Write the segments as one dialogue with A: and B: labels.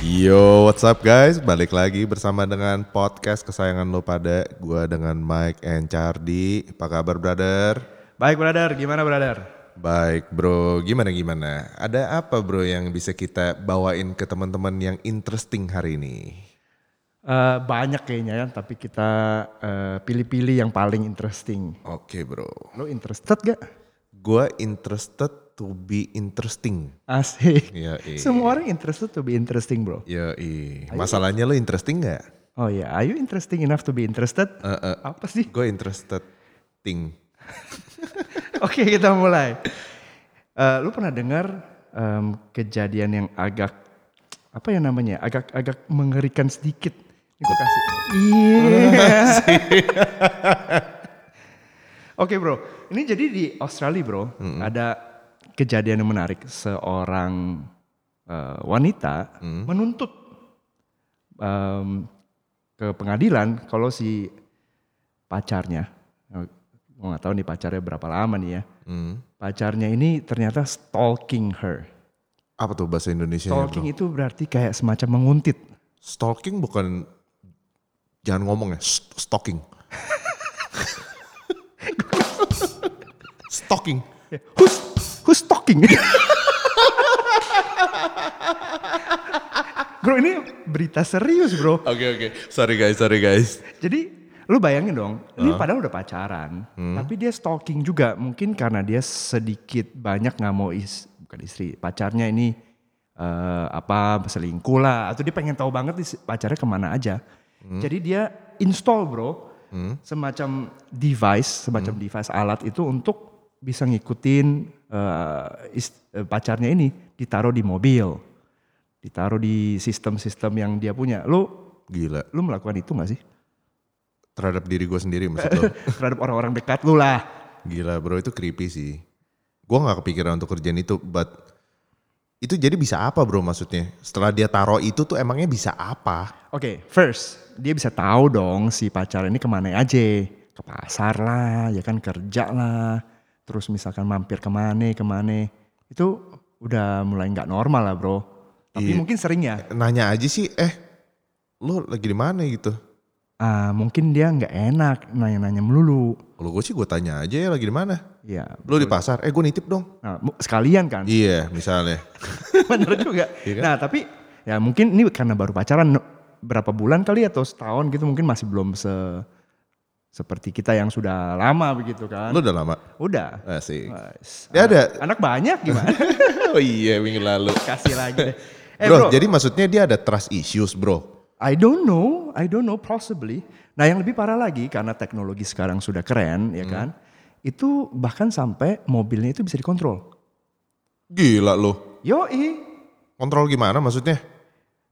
A: Yo, what's up guys? Balik lagi bersama dengan podcast kesayangan lo pada gua dengan Mike and Chardi. Apa kabar brother?
B: Baik brother, gimana brother?
A: Baik bro, gimana gimana? Ada apa bro yang bisa kita bawain ke teman-teman yang interesting hari ini?
B: Eh, banyak kayaknya ya, tapi kita eh, pilih-pilih yang paling interesting.
A: Oke bro,
B: Lo interested gak?
A: gua interested to be interesting.
B: Asik.
A: Ya
B: Semua orang interested to be interesting bro.
A: Yo, masalahnya lo interesting nggak?
B: Oh ya, are you interesting enough to be interested?
A: Eh, eh,
B: Apa sih?
A: Gua interested ting.
B: Oke kita mulai. Eh, lu pernah dengar em, kejadian yang agak apa ya namanya? Agak-agak mengerikan sedikit. Ini gua kasih. Iya. Oke bro, ini jadi di Australia bro ada kejadian yang menarik. Seorang eh, wanita menuntut em, ke pengadilan kalau si pacarnya, gue nggak tahu nih pacarnya berapa lama nih ya
A: Hmm.
B: pacarnya ini ternyata stalking her.
A: Apa tuh bahasa Indonesia?
B: Stalking itu berarti kayak semacam menguntit.
A: Stalking bukan jangan ngomong ya, st- stalking. stalking.
B: Who's, who's stalking? bro ini berita serius bro.
A: Oke oke, sorry guys, sorry guys.
B: Jadi lu bayangin dong, ini padahal udah pacaran, tapi dia stalking juga. Mungkin karena dia sedikit banyak nggak mau is, bukan istri, pacarnya ini eh, apa selingkuh lah, atau dia pengen tahu banget nih si pacarnya kemana aja. Jadi dia install bro, semacam device, semacam device alat itu untuk bisa ngikutin eh, is- eh, pacarnya ini ditaruh di mobil, ditaruh di sistem-sistem yang dia punya. Lu
A: Gila,
B: lu melakukan itu nggak sih?
A: terhadap diri gue sendiri maksud lo.
B: terhadap orang-orang dekat lu lah.
A: Gila bro, itu creepy sih. Gue gak kepikiran untuk kerjaan itu, but itu jadi bisa apa bro maksudnya? Setelah dia taruh itu tuh emangnya bisa apa?
B: Oke, first dia bisa tahu dong si pacar ini kemana aja, ke pasar lah, ya kan kerja lah, terus misalkan mampir kemana kemana, itu udah mulai nggak normal lah bro. Tapi
A: Iya.
B: mungkin sering ya,
A: Nanya aja sih, eh lo lagi di mana gitu?
B: ah, mungkin dia nggak enak nanya-nanya melulu.
A: Kalau gue sih gue tanya aja ya lagi di mana?
B: Ya,
A: Lo di pasar? Eh gue nitip dong.
B: nah, mu- sekalian kan.
A: Iya, misalnya.
B: Bener juga.
A: Iya kan?
B: Nah tapi ya mungkin ini karena baru pacaran no- berapa bulan kali atau setahun gitu mungkin masih belum se seperti kita yang sudah lama begitu kan.
A: Lo udah lama?
B: Udah.
A: Asik.
B: Guys,
A: Dia ada.
B: Anak banyak gimana?
A: Oh iya minggu lalu.
B: Kasih lagi deh. Eh
A: bro,
B: bro,
A: jadi maksudnya dia ada trust issues bro.
B: I don't know, I don't know possibly. Nah yang lebih parah lagi karena teknologi sekarang sudah keren
A: Hmm.
B: ya kan. Itu bahkan sampai mobilnya itu bisa dikontrol.
A: Gila lo.
B: Yoi.
A: Kontrol gimana maksudnya?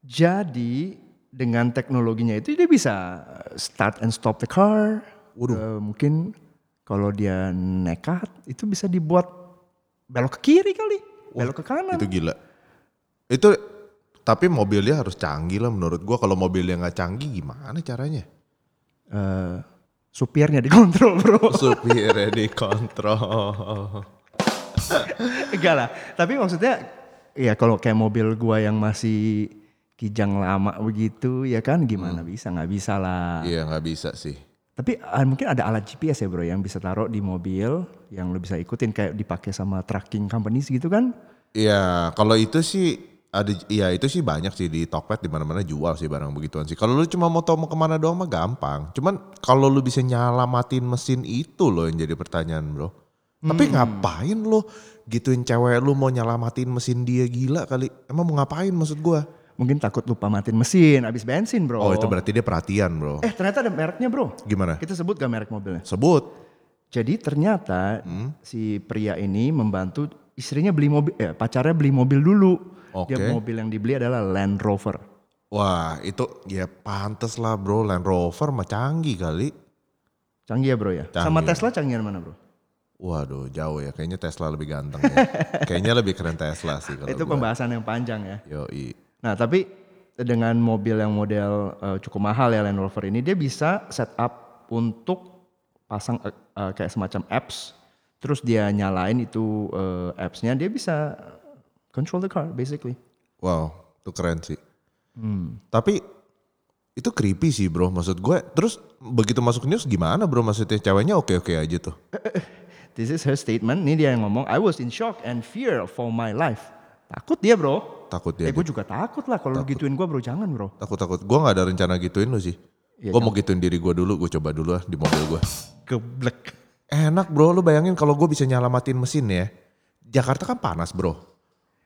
B: Jadi dengan teknologinya itu dia bisa eh, start and stop the car. Eh, mungkin kalau dia nekat itu bisa dibuat belok ke kiri kali, belok ke kanan.
A: Itu gila. Itu tapi mobilnya harus canggih lah menurut gua. Kalau mobilnya nggak canggih gimana caranya?
B: Eh, supirnya dikontrol bro.
A: Supirnya dikontrol.
B: Enggak lah. Tapi maksudnya ya kalau kayak mobil gua yang masih kijang lama begitu ya kan gimana
A: Hmm.
B: bisa nggak bisa lah.
A: Iya nggak bisa sih.
B: Tapi ah, mungkin ada alat GPS ya bro yang bisa taruh di mobil yang lo bisa ikutin kayak dipakai sama tracking companies gitu kan.
A: Iya kalau itu sih ada ya itu sih banyak sih di Tokped di mana-mana jual sih barang begituan sih. Kalau lu cuma mau tahu mau kemana doang mah gampang. Cuman kalau lu bisa nyala matiin mesin itu loh yang jadi pertanyaan, Bro.
B: Hmm.
A: Tapi ngapain lu gituin cewek lu mau nyala matiin mesin dia gila kali. Emang mau ngapain maksud gua?
B: Mungkin takut lupa matiin mesin habis bensin bro.
A: Oh, itu berarti dia perhatian, Bro.
B: Eh ternyata ada mereknya bro.
A: Gimana?
B: Kita sebut gak merek mobilnya?
A: Sebut.
B: Jadi ternyata
A: Hmm?
B: si pria ini membantu istrinya beli mobil, eh, pacarnya beli mobil dulu.
A: Oke.
B: Dia mobil yang dibeli adalah Land Rover.
A: Wah, itu ya pantes lah, Bro. Land Rover mah canggih kali.
B: Canggih ya bro ya? Sama Tesla canggihan mana bro?
A: Waduh, jauh ya. Kayaknya Tesla lebih ganteng ya. Kayaknya lebih keren Tesla sih kalau
B: Itu
A: gua.
B: pembahasan yang panjang ya.
A: Yoi.
B: Nah tapi dengan mobil yang model eh, cukup mahal ya Land Rover ini dia bisa setup untuk pasang eh, eh, kayak semacam apps. Terus dia nyalain itu eh, appsnya dia bisa control the car basically.
A: Wow, itu keren sih.
B: Hmm.
A: Tapi itu creepy sih bro maksud gue. Terus begitu masuk news gimana bro maksudnya ceweknya oke-oke aja tuh.
B: Eh, This is her statement. Ini dia yang ngomong. I was in shock and fear for my life. Takut dia bro.
A: Takut dia.
B: Eh gue juga takut lah kalau lu gituin gue bro. Jangan bro.
A: Takut-takut. Gue gak ada rencana gituin lu sih.
B: Iya,
A: gue mau gituin diri gue dulu. Gue coba dulu lah di mobil gue.
B: Geblek.
A: Enak bro, lu bayangin kalau gue bisa nyalamatin mesin ya. Jakarta kan panas bro.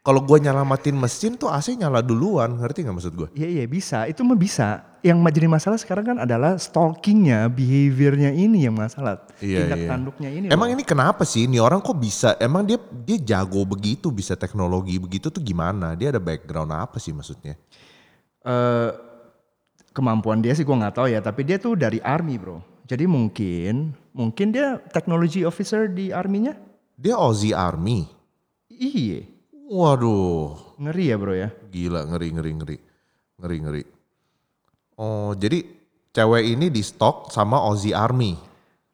A: Kalau gue nyalamatin mesin tuh AC nyala duluan, ngerti gak maksud gue?
B: Iya iya bisa. Itu mah bisa. Yang ma- jadi masalah sekarang kan adalah stalkingnya, behaviornya ini yang masalah.
A: Iya,
B: Tindak
A: iya.
B: tanduknya ini.
A: Emang
B: loh.
A: ini kenapa sih? Ini orang kok bisa? Emang dia dia jago begitu, bisa teknologi begitu tuh gimana? Dia ada background apa sih maksudnya?
B: Eh, kemampuan dia sih gue nggak tahu ya. Tapi dia tuh dari army bro. Jadi mungkin mungkin dia technology officer di arminya.
A: Dia Aussie Army.
B: Iya.
A: Waduh,
B: Ngeri ya bro ya.
A: gila ngeri ngeri ngeri ngeri ngeri. Oh jadi cewek ini di stok sama Aussie Army.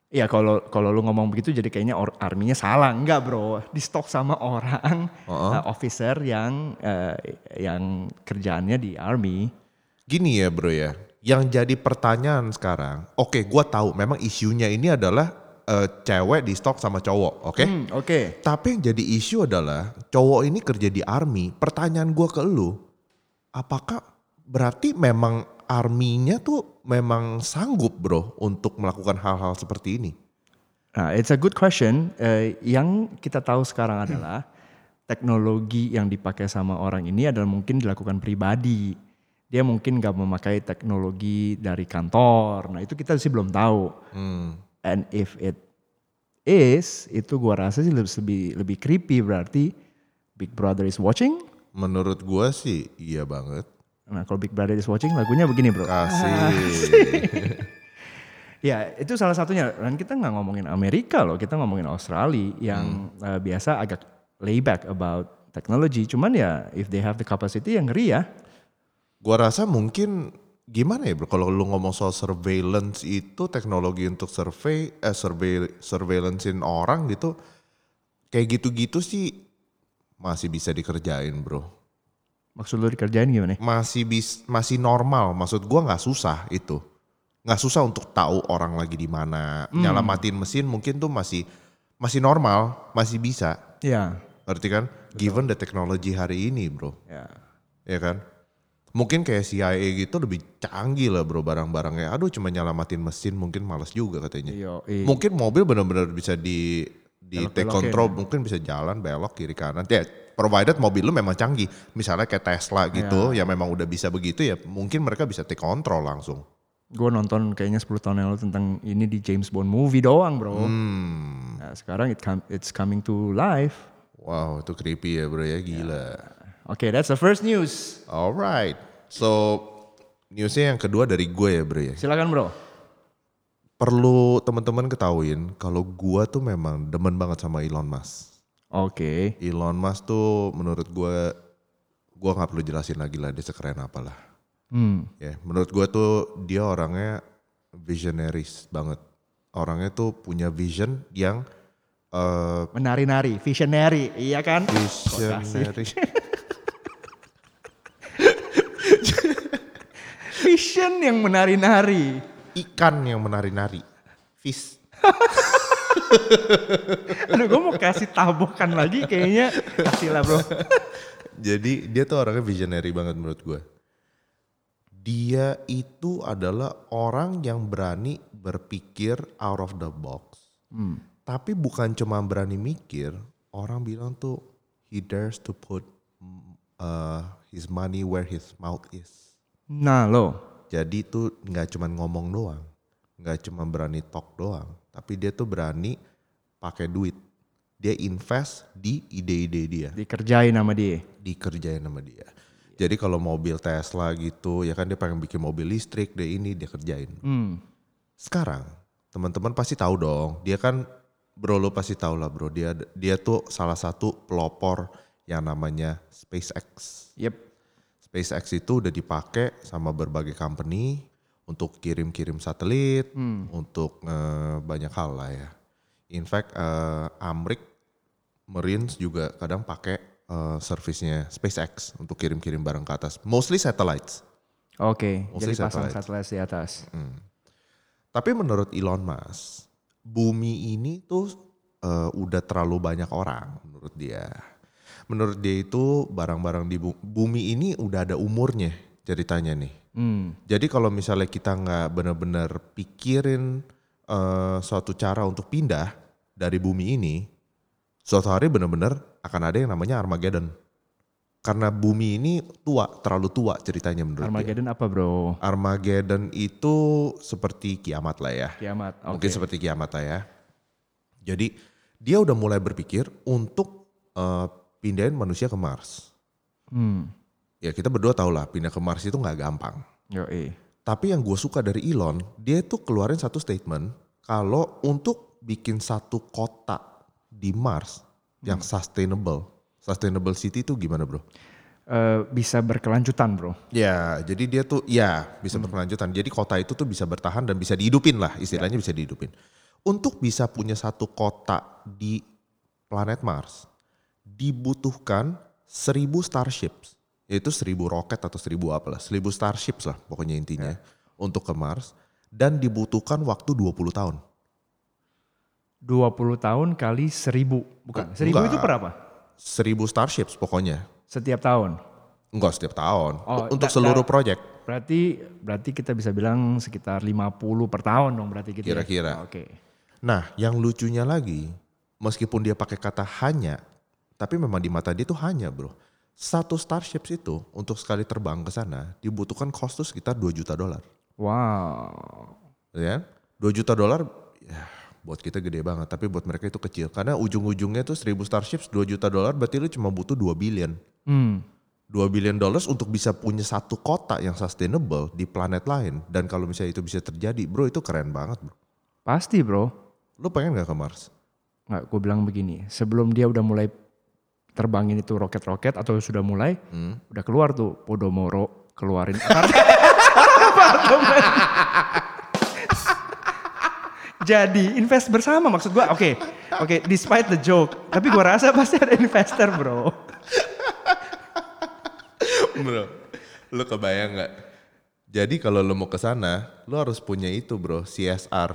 B: Iya kalau kalau lu ngomong begitu jadi kayaknya or, arminya salah enggak bro di stok sama orang uh, officer yang uh, yang kerjaannya di army
A: Gini ya bro ya, yang jadi pertanyaan sekarang, oke gua tahu memang isunya ini adalah eh, cewek di stok sama cowok, oke?
B: Hmm, oke
A: Tapi yang jadi isu adalah cowok ini kerja di army. Pertanyaan gua ke lu, apakah berarti memang arminya tuh memang sanggup bro untuk melakukan hal-hal seperti ini?
B: Nah, it's a good question. Eh, yang kita tahu sekarang adalah teknologi yang dipakai sama orang ini adalah mungkin dilakukan pribadi. Dia mungkin nggak memakai teknologi dari kantor. Nah, itu kita sih belum tahu.
A: Hmm,
B: And if it is, itu gua rasa sih lebih lebih, lebih creepy berarti Big Brother is watching.
A: Menurut gua sih iya banget.
B: Nah, kalau Big Brother is watching lagunya begini, Bro.
A: Kasih.
B: Ya, itu salah satunya. Dan kita nggak ngomongin Amerika loh, kita ngomongin Australia yang eh, biasa agak layback about technology. Cuman ya, if they have the capacity, yang ngeri ya.
A: Gua rasa mungkin gimana ya bro kalau lu ngomong soal surveillance itu teknologi untuk survei eh survei surveillancein orang gitu kayak gitu-gitu sih masih bisa dikerjain bro
B: Maksud lu dikerjain gimana?
A: masih bis, masih normal maksud gua nggak susah itu nggak susah untuk tahu orang lagi di mana nyalamatin mesin mungkin tuh masih masih normal masih bisa
B: Ya,
A: ngerti kan given the technology hari ini bro
B: ya.
A: ya kan? Mungkin kayak CIA gitu lebih canggih lah bro barang-barangnya. Aduh cuma nyelamatin mesin mungkin males juga katanya.
B: Yo, i-
A: Mungkin mobil benar-benar bisa di di
B: Belok-belokin
A: take control, mungkin bisa jalan belok kiri kanan. Ya, provided mobil lu memang canggih. Misalnya kayak Tesla gitu ya memang udah bisa begitu ya mungkin mereka bisa take control langsung.
B: Gue nonton kayaknya 10 tahun yang lalu tentang ini di James Bond movie doang, bro.
A: Hmm.
B: Nah, sekarang it com- it's coming to life.
A: Wow, itu creepy ya bro ya, gila.
B: Oke, that's the first news.
A: Alright. So newsnya yang kedua dari gue ya bro ya.
B: Silakan, bro.
A: perlu teman-teman ketahuin kalau gua tuh memang demen banget sama Elon Musk.
B: Oke.
A: Elon Musk tuh menurut gua gua nggak perlu jelasin lagi lah dia sekeren apalah.
B: Hmm.
A: Ya, menurut gua tuh dia orangnya visionaries banget. Orangnya tuh punya vision yang eh
B: Menari-nari, visionary, iya kan?
A: visionary.
B: Vision yang menari-nari.
A: Ikan yang menari-nari. Fish.
B: Aduh gue mau kasih tabokan lagi kayaknya Kasih lah bro
A: Jadi dia tuh orangnya visionary banget menurut gue. Dia itu adalah orang yang berani berpikir out of the box. Tapi bukan cuma berani mikir, orang bilang tuh he dares to put mm, uh, his money where his mouth is.
B: Nah lo
A: Jadi tuh nggak cuma ngomong doang, nggak cuma berani talk doang, tapi dia tuh berani pakai duit. Dia invest di ide-ide dia
B: Dikerjain sama dia
A: dikerjain sama dia. Jadi kalau mobil Tesla gitu, ya kan dia pengen bikin mobil listrik deh ini dia kerjain.
B: hmm.
A: Sekarang teman-teman pasti tahu dong, dia kan bro lo pasti tahu lah bro, dia dia tuh salah satu pelopor yang namanya SpaceX.
B: Yep
A: SpaceX itu udah dipakai sama berbagai company untuk kirim-kirim satelit,
B: hmm.
A: untuk eh, banyak hal lah ya. In fact, eh, Amrik Marines juga kadang pakai eh, servicenya SpaceX untuk kirim-kirim barang ke atas, mostly satellites.
B: Oke,
A: Mostly Hmm.
B: jadi pasang
A: satelit.
B: satelit di atas.
A: Tapi menurut Elon Musk, bumi ini tuh eh, udah terlalu banyak orang menurut dia. Menurut dia itu barang-barang di bu- bumi ini udah ada umurnya ceritanya nih.
B: Hmm.
A: Jadi kalau misalnya kita nggak benar-benar pikirin eh, suatu cara untuk pindah dari bumi ini, suatu hari benar-benar akan ada yang namanya Armageddon. Karena bumi ini tua, terlalu tua ceritanya menurut dia.
B: Armageddon apa bro?
A: Armageddon itu seperti kiamat lah ya.
B: Kiamat. Oke.
A: Mungkin seperti kiamat lah ya. Jadi dia udah mulai berpikir untuk eh, pindahin manusia ke Mars.
B: Hmm.
A: Ya kita berdua tau lah pindah ke Mars itu nggak gampang.
B: Yoi.
A: Tapi yang gue suka dari Elon, dia tuh keluarin satu statement kalau untuk bikin satu kota di Mars yang sustainable. Sustainable city itu gimana bro?
B: Eh, bisa berkelanjutan bro.
A: Ya, jadi dia tuh ya bisa
B: Hmm.
A: berkelanjutan. Jadi kota itu tuh bisa bertahan dan bisa dihidupin lah,
B: Ya.
A: istilahnya bisa dihidupin. Untuk bisa punya satu kota di planet Mars, dibutuhkan 1000 starships, yaitu 1000 roket atau 1000 apalah, 1000 starships lah pokoknya intinya
B: Ya.
A: untuk ke Mars dan dibutuhkan waktu 20 tahun.
B: 20 tahun kali 1000.
A: Oh,
B: Bukan, 1000 itu
A: enggak.
B: berapa?
A: 1000 starships pokoknya.
B: Setiap tahun.
A: Enggak setiap tahun.
B: Oh,
A: untuk
B: da- da-
A: seluruh proyek.
B: Berarti berarti kita bisa bilang sekitar 50 per tahun dong berarti gitu. ya?
A: Kira-kira.
B: Oke.
A: Nah, yang lucunya lagi, meskipun dia pakai kata hanya, tapi memang di mata dia itu hanya, bro. Satu starships itu untuk sekali terbang ke sana dibutuhkan cost tuh sekitar 2 juta dolar,
B: Wow.
A: ya. 2 juta dolar ya, buat kita gede banget, tapi buat mereka itu kecil karena ujung-ujungnya tuh 1000 starships 2 juta dolar berarti lu cuma butuh 2 billion.
B: Hmm.
A: 2 billion dollars untuk bisa punya satu kota yang sustainable di planet lain dan kalau misalnya itu bisa terjadi, bro itu keren banget, bro.
B: Pasti bro.
A: Lu pengen gak ke Mars?
B: Nggak, gue bilang begini. Sebelum dia udah mulai terbangin itu roket-roket atau sudah mulai,
A: Hmm.
B: udah keluar tuh Podomoro keluarin apart- apartemen. Jadi invest bersama maksud gua. Oke. Oke, despite the joke, tapi gua rasa pasti ada investor, Bro.
A: bro lu kebayang nggak jadi kalau lu mau ke sana lu harus punya itu bro CSR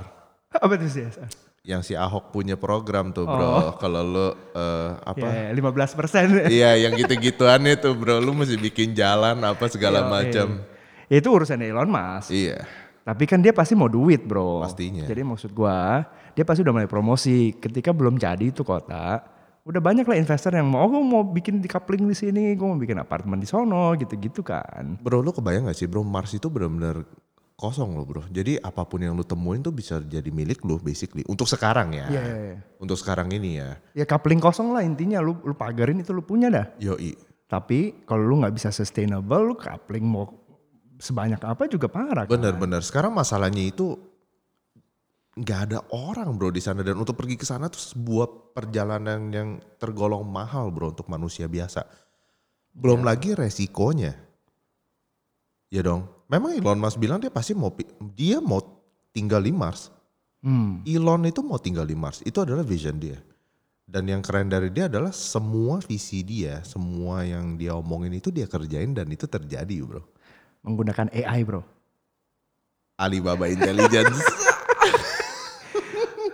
B: Apa tuh CSR?
A: yang si Ahok punya program tuh
B: Oh.
A: bro kalau lu eh, apa
B: Ya, 15 persen.
A: iya yang gitu-gituan itu bro lu mesti bikin jalan apa segala macam
B: Ya, Itu urusan Elon Musk.
A: iya
B: Tapi kan dia pasti mau duit bro.
A: Pastinya.
B: Jadi maksud gua dia pasti udah mulai promosi. Ketika belum jadi itu kota, udah banyak lah investor yang mau, oh, gua mau bikin decoupling di sini, gua mau bikin apartemen di sono, gitu-gitu kan.
A: bro lu kebayang nggak sih bro Mars itu benar-benar kosong loh bro jadi apapun yang lu temuin tuh bisa jadi milik lu basically untuk sekarang ya
B: Iya, iya, iya.
A: untuk sekarang ini ya
B: Ya coupling kosong lah intinya, lu, lu pagarin itu lu punya dah.
A: yoi
B: Tapi kalau lu nggak bisa sustainable, lu coupling mau sebanyak apa juga parah. kan.
A: Bener-bener. Sekarang masalahnya itu nggak ada orang bro di sana dan untuk pergi ke sana tuh sebuah perjalanan yang tergolong mahal bro untuk manusia biasa. Belum lagi resikonya. Ya dong. Memang Elon Musk bilang dia pasti mau pi- dia mau tinggal di Mars.
B: Hmm.
A: Elon itu mau tinggal di Mars. Itu adalah vision dia. Dan yang keren dari dia adalah semua visi dia, semua yang dia omongin itu dia kerjain dan itu terjadi bro.
B: Menggunakan AI bro.
A: Alibaba Intelligence.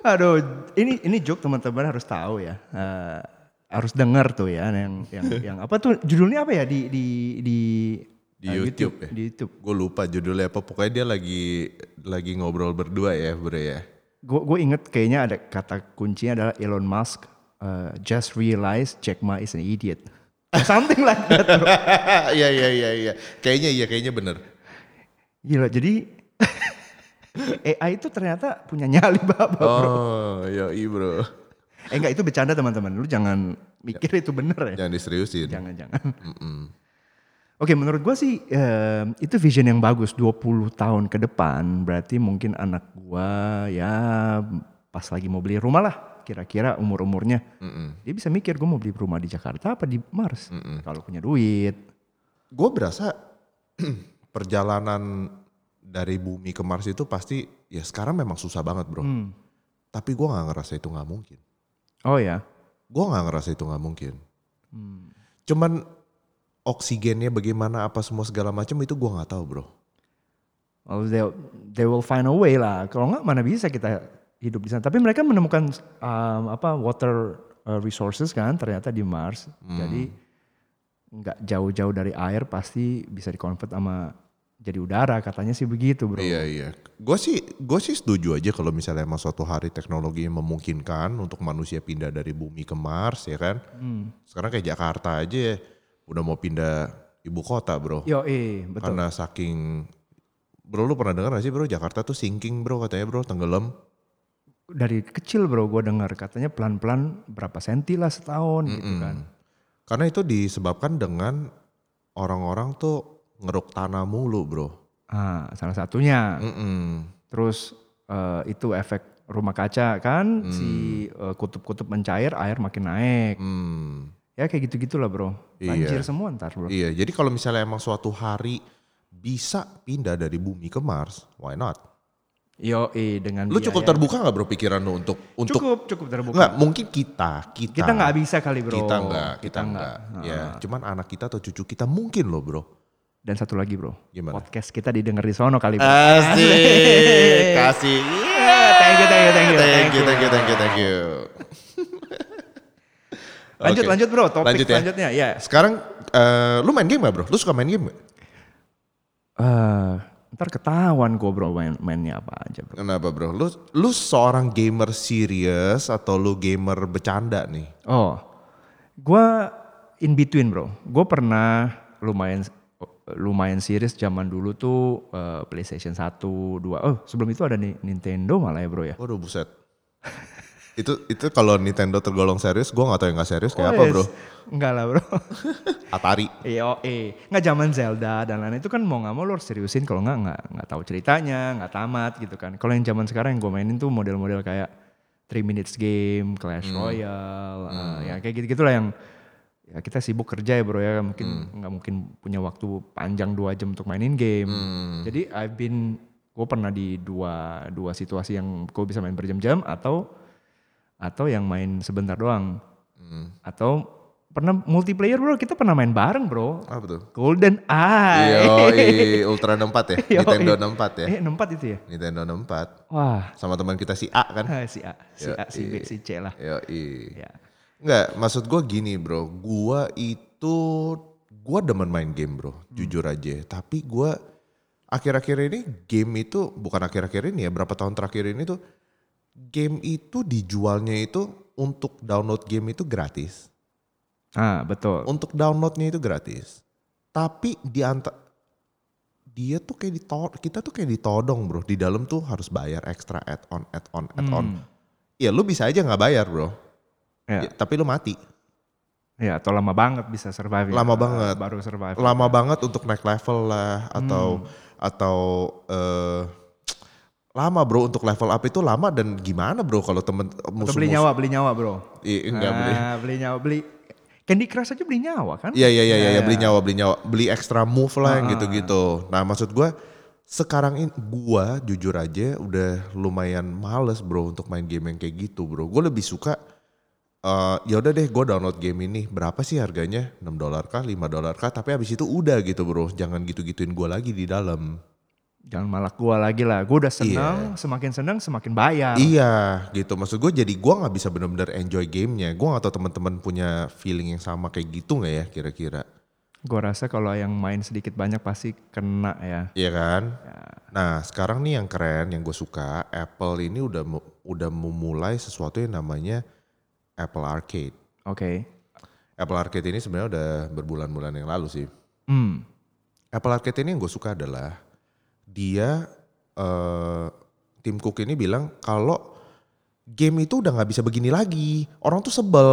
B: Aduh, ini ini joke teman-teman harus tahu ya. Eh, harus dengar tuh ya yang yang yang apa tuh judulnya apa ya di di di
A: Di
B: eh,
A: YouTube ya?
B: Di YouTube.
A: gue lupa judulnya apa pokoknya dia lagi lagi ngobrol berdua ya bro ya
B: Gue gue inget kayaknya ada kata kuncinya adalah Elon Musk eh, just realize Jack Ma is an idiot. Something like that. bro.
A: iya iya iya iya kayaknya iya kayaknya bener
B: Gila, jadi AI itu ternyata punya nyali bapak.
A: oh iya iya, bro
B: Eh enggak itu bercanda teman-teman. Lu jangan mikir itu bener ya.
A: jangan diseriusin
B: Jangan jangan. Oke, menurut gua sih eh, itu vision yang bagus 20 tahun ke depan. Berarti mungkin anak gua ya pas lagi mau beli rumah lah, kira-kira umur-umurnya. Dia bisa mikir gua mau beli rumah di Jakarta apa di Mars kalau punya duit.
A: gue berasa perjalanan dari bumi ke Mars itu pasti ya sekarang memang susah banget bro tapi gue nggak ngerasa itu nggak mungkin
B: Oh ya.
A: gue nggak ngerasa itu nggak mungkin cuman oksigennya bagaimana apa semua segala macam itu gue nggak tahu bro
B: Well, they they will find a way lah. Kalau nggak mana bisa kita hidup di sana. Tapi mereka menemukan um, apa water uh, resources kan ternyata di Mars. Jadi nggak jauh-jauh dari air pasti bisa dikonvert sama jadi udara katanya sih begitu bro.
A: Iya iya. Gue sih gue sih setuju aja kalau misalnya emang suatu hari teknologi memungkinkan untuk manusia pindah dari bumi ke Mars ya kan.
B: Hmm.
A: Sekarang kayak Jakarta aja udah mau pindah ibu kota bro.
B: Yo eh betul.
A: Karena saking bro lu pernah dengar gak sih bro Jakarta tuh sinking bro katanya bro tenggelam.
B: Dari kecil bro gue dengar katanya pelan-pelan berapa senti lah setahun gitu kan.
A: Karena itu disebabkan dengan orang-orang tuh ngeruk tanah mulu bro.
B: Ah salah satunya.
A: Mm-mm.
B: Terus eh, itu efek rumah kaca kan si eh, kutub-kutub mencair air makin naik.
A: Hmm.
B: Ya kayak gitu-gitulah bro.
A: Iya.
B: Banjir semua ntar bro.
A: Iya, jadi kalau misalnya emang suatu hari bisa pindah dari bumi ke Mars, why not?
B: Yo eh dengan
A: Lu
B: biaya-
A: cukup terbuka nggak bro pikiran lu untuk untuk
B: cukup cukup terbuka.
A: nggak mungkin kita kita
B: Kita nggak bisa kali bro.
A: Nah, kita nggak kita,
B: Kita Nah.
A: nggak ya cuman anak kita atau cucu kita mungkin loh bro
B: Dan satu lagi bro.
A: Gimana?
B: Podcast kita didengar di sono kali bro.
A: Asik, kasih.
B: thank you, Iya, thank you, thank you,
A: Thank
B: thank
A: you,
B: you.
A: thank you, thank you, thank you.
B: Lanjut
A: Oke.
B: lanjut bro. Topik
A: Lanjut ya.
B: selanjutnya ya.
A: Sekarang eh, lu main game gak bro? Lu suka main game gak?
B: Eh, ntar ketahuan gue bro main, mainnya apa aja bro.
A: Kenapa bro? Lu lu seorang gamer serius atau lu gamer bercanda nih?
B: Oh, gue in between bro. Gue pernah lumayan lumayan series zaman dulu tuh eh, PlayStation 1, 2. Oh sebelum itu ada nih Nintendo malah ya bro ya.
A: Waduh buset. itu itu kalau Nintendo tergolong serius, gua nggak tahu yang nggak serius kayak apa
B: Wes,
A: bro?
B: Oh, Enggak lah bro.
A: Atari.
B: Iya, eh nggak zaman Zelda dan lain-lain itu kan mau nggak mau lo harus seriusin kalau nggak nggak nggak tahu ceritanya, nggak tamat gitu kan. Kalau yang zaman sekarang yang gue mainin tuh model-model kayak Three Minutes Game, Clash Royale, eh, ya kayak gitu-gitulah yang ya kita sibuk kerja ya bro ya mungkin nggak mungkin punya waktu panjang dua jam untuk mainin game. Jadi I've been gue pernah di dua dua situasi yang gue bisa main berjam-jam atau atau yang main sebentar doang
A: Hmm.
B: atau pernah multiplayer bro kita pernah main bareng bro
A: Apa tuh?
B: Golden Eye
A: Yoi, Ultra 64 ya? Nintendo 64 ya?
B: eh 64 itu ya
A: Nintendo 64.
B: wah
A: Sama teman kita si A kan?
B: ah, si A si A si B si C lah
A: Yoi.
B: ya
A: Enggak, maksud gua gini bro. Gua itu, gua demen main game bro. Jujur aja. Tapi gua akhir-akhir ini game itu, bukan akhir-akhir ini ya, berapa tahun terakhir ini tuh. Game itu dijualnya itu untuk download game itu gratis.
B: ah betul
A: untuk downloadnya itu gratis. Tapi di anta- dia tuh kayak dito- kita tuh kayak ditodong bro. Di dalam tuh harus bayar extra add on, add on, Oh, add on. Ya lu bisa aja nggak bayar bro.
B: Hmm. ya,
A: Ya, tapi lu mati.
B: ya atau lama banget bisa survive ya.
A: Lama banget.
B: baru survive Hmm.
A: Lama banget untuk naik level lah atau atau eh, lama bro untuk level up itu lama dan gimana bro kalau temen eh,
B: atau
A: musuh Iya,
B: beli nyawa beli nyawa bro
A: enggak beli.
B: Ah, beli nyawa beli Candy Crush aja beli nyawa kan
A: Iya iya iya iya ya, beli nyawa beli nyawa beli extra move
B: Ah.
A: lah yang gitu-gitu. Nah maksud gua sekarang ini gua jujur aja udah lumayan males bro untuk main game yang kayak gitu bro. Gue lebih suka eh ya udah deh gue download game ini berapa sih harganya 6 dolar kah 5 dolar kah tapi habis itu udah gitu bro jangan gitu-gituin gua lagi di dalam
B: jangan malak gua lagi lah gua udah seneng semakin seneng semakin bayar
A: iya gitu maksud gua jadi gua nggak bisa bener-bener enjoy gamenya gua nggak tahu teman-teman punya feeling yang sama kayak gitu nggak ya kira-kira
B: Gue rasa kalau yang main sedikit banyak pasti kena ya.
A: Iya kan? Nah sekarang nih yang keren yang gue suka Apple ini udah mu- udah memulai sesuatu yang namanya Apple Arcade.
B: Oke.
A: Apple Arcade ini sebenarnya udah berbulan-bulan yang lalu sih.
B: Hmm.
A: Apple Arcade ini yang gue suka adalah dia eh, tim Cook ini bilang kalau game itu udah nggak bisa begini lagi. Orang tuh sebel.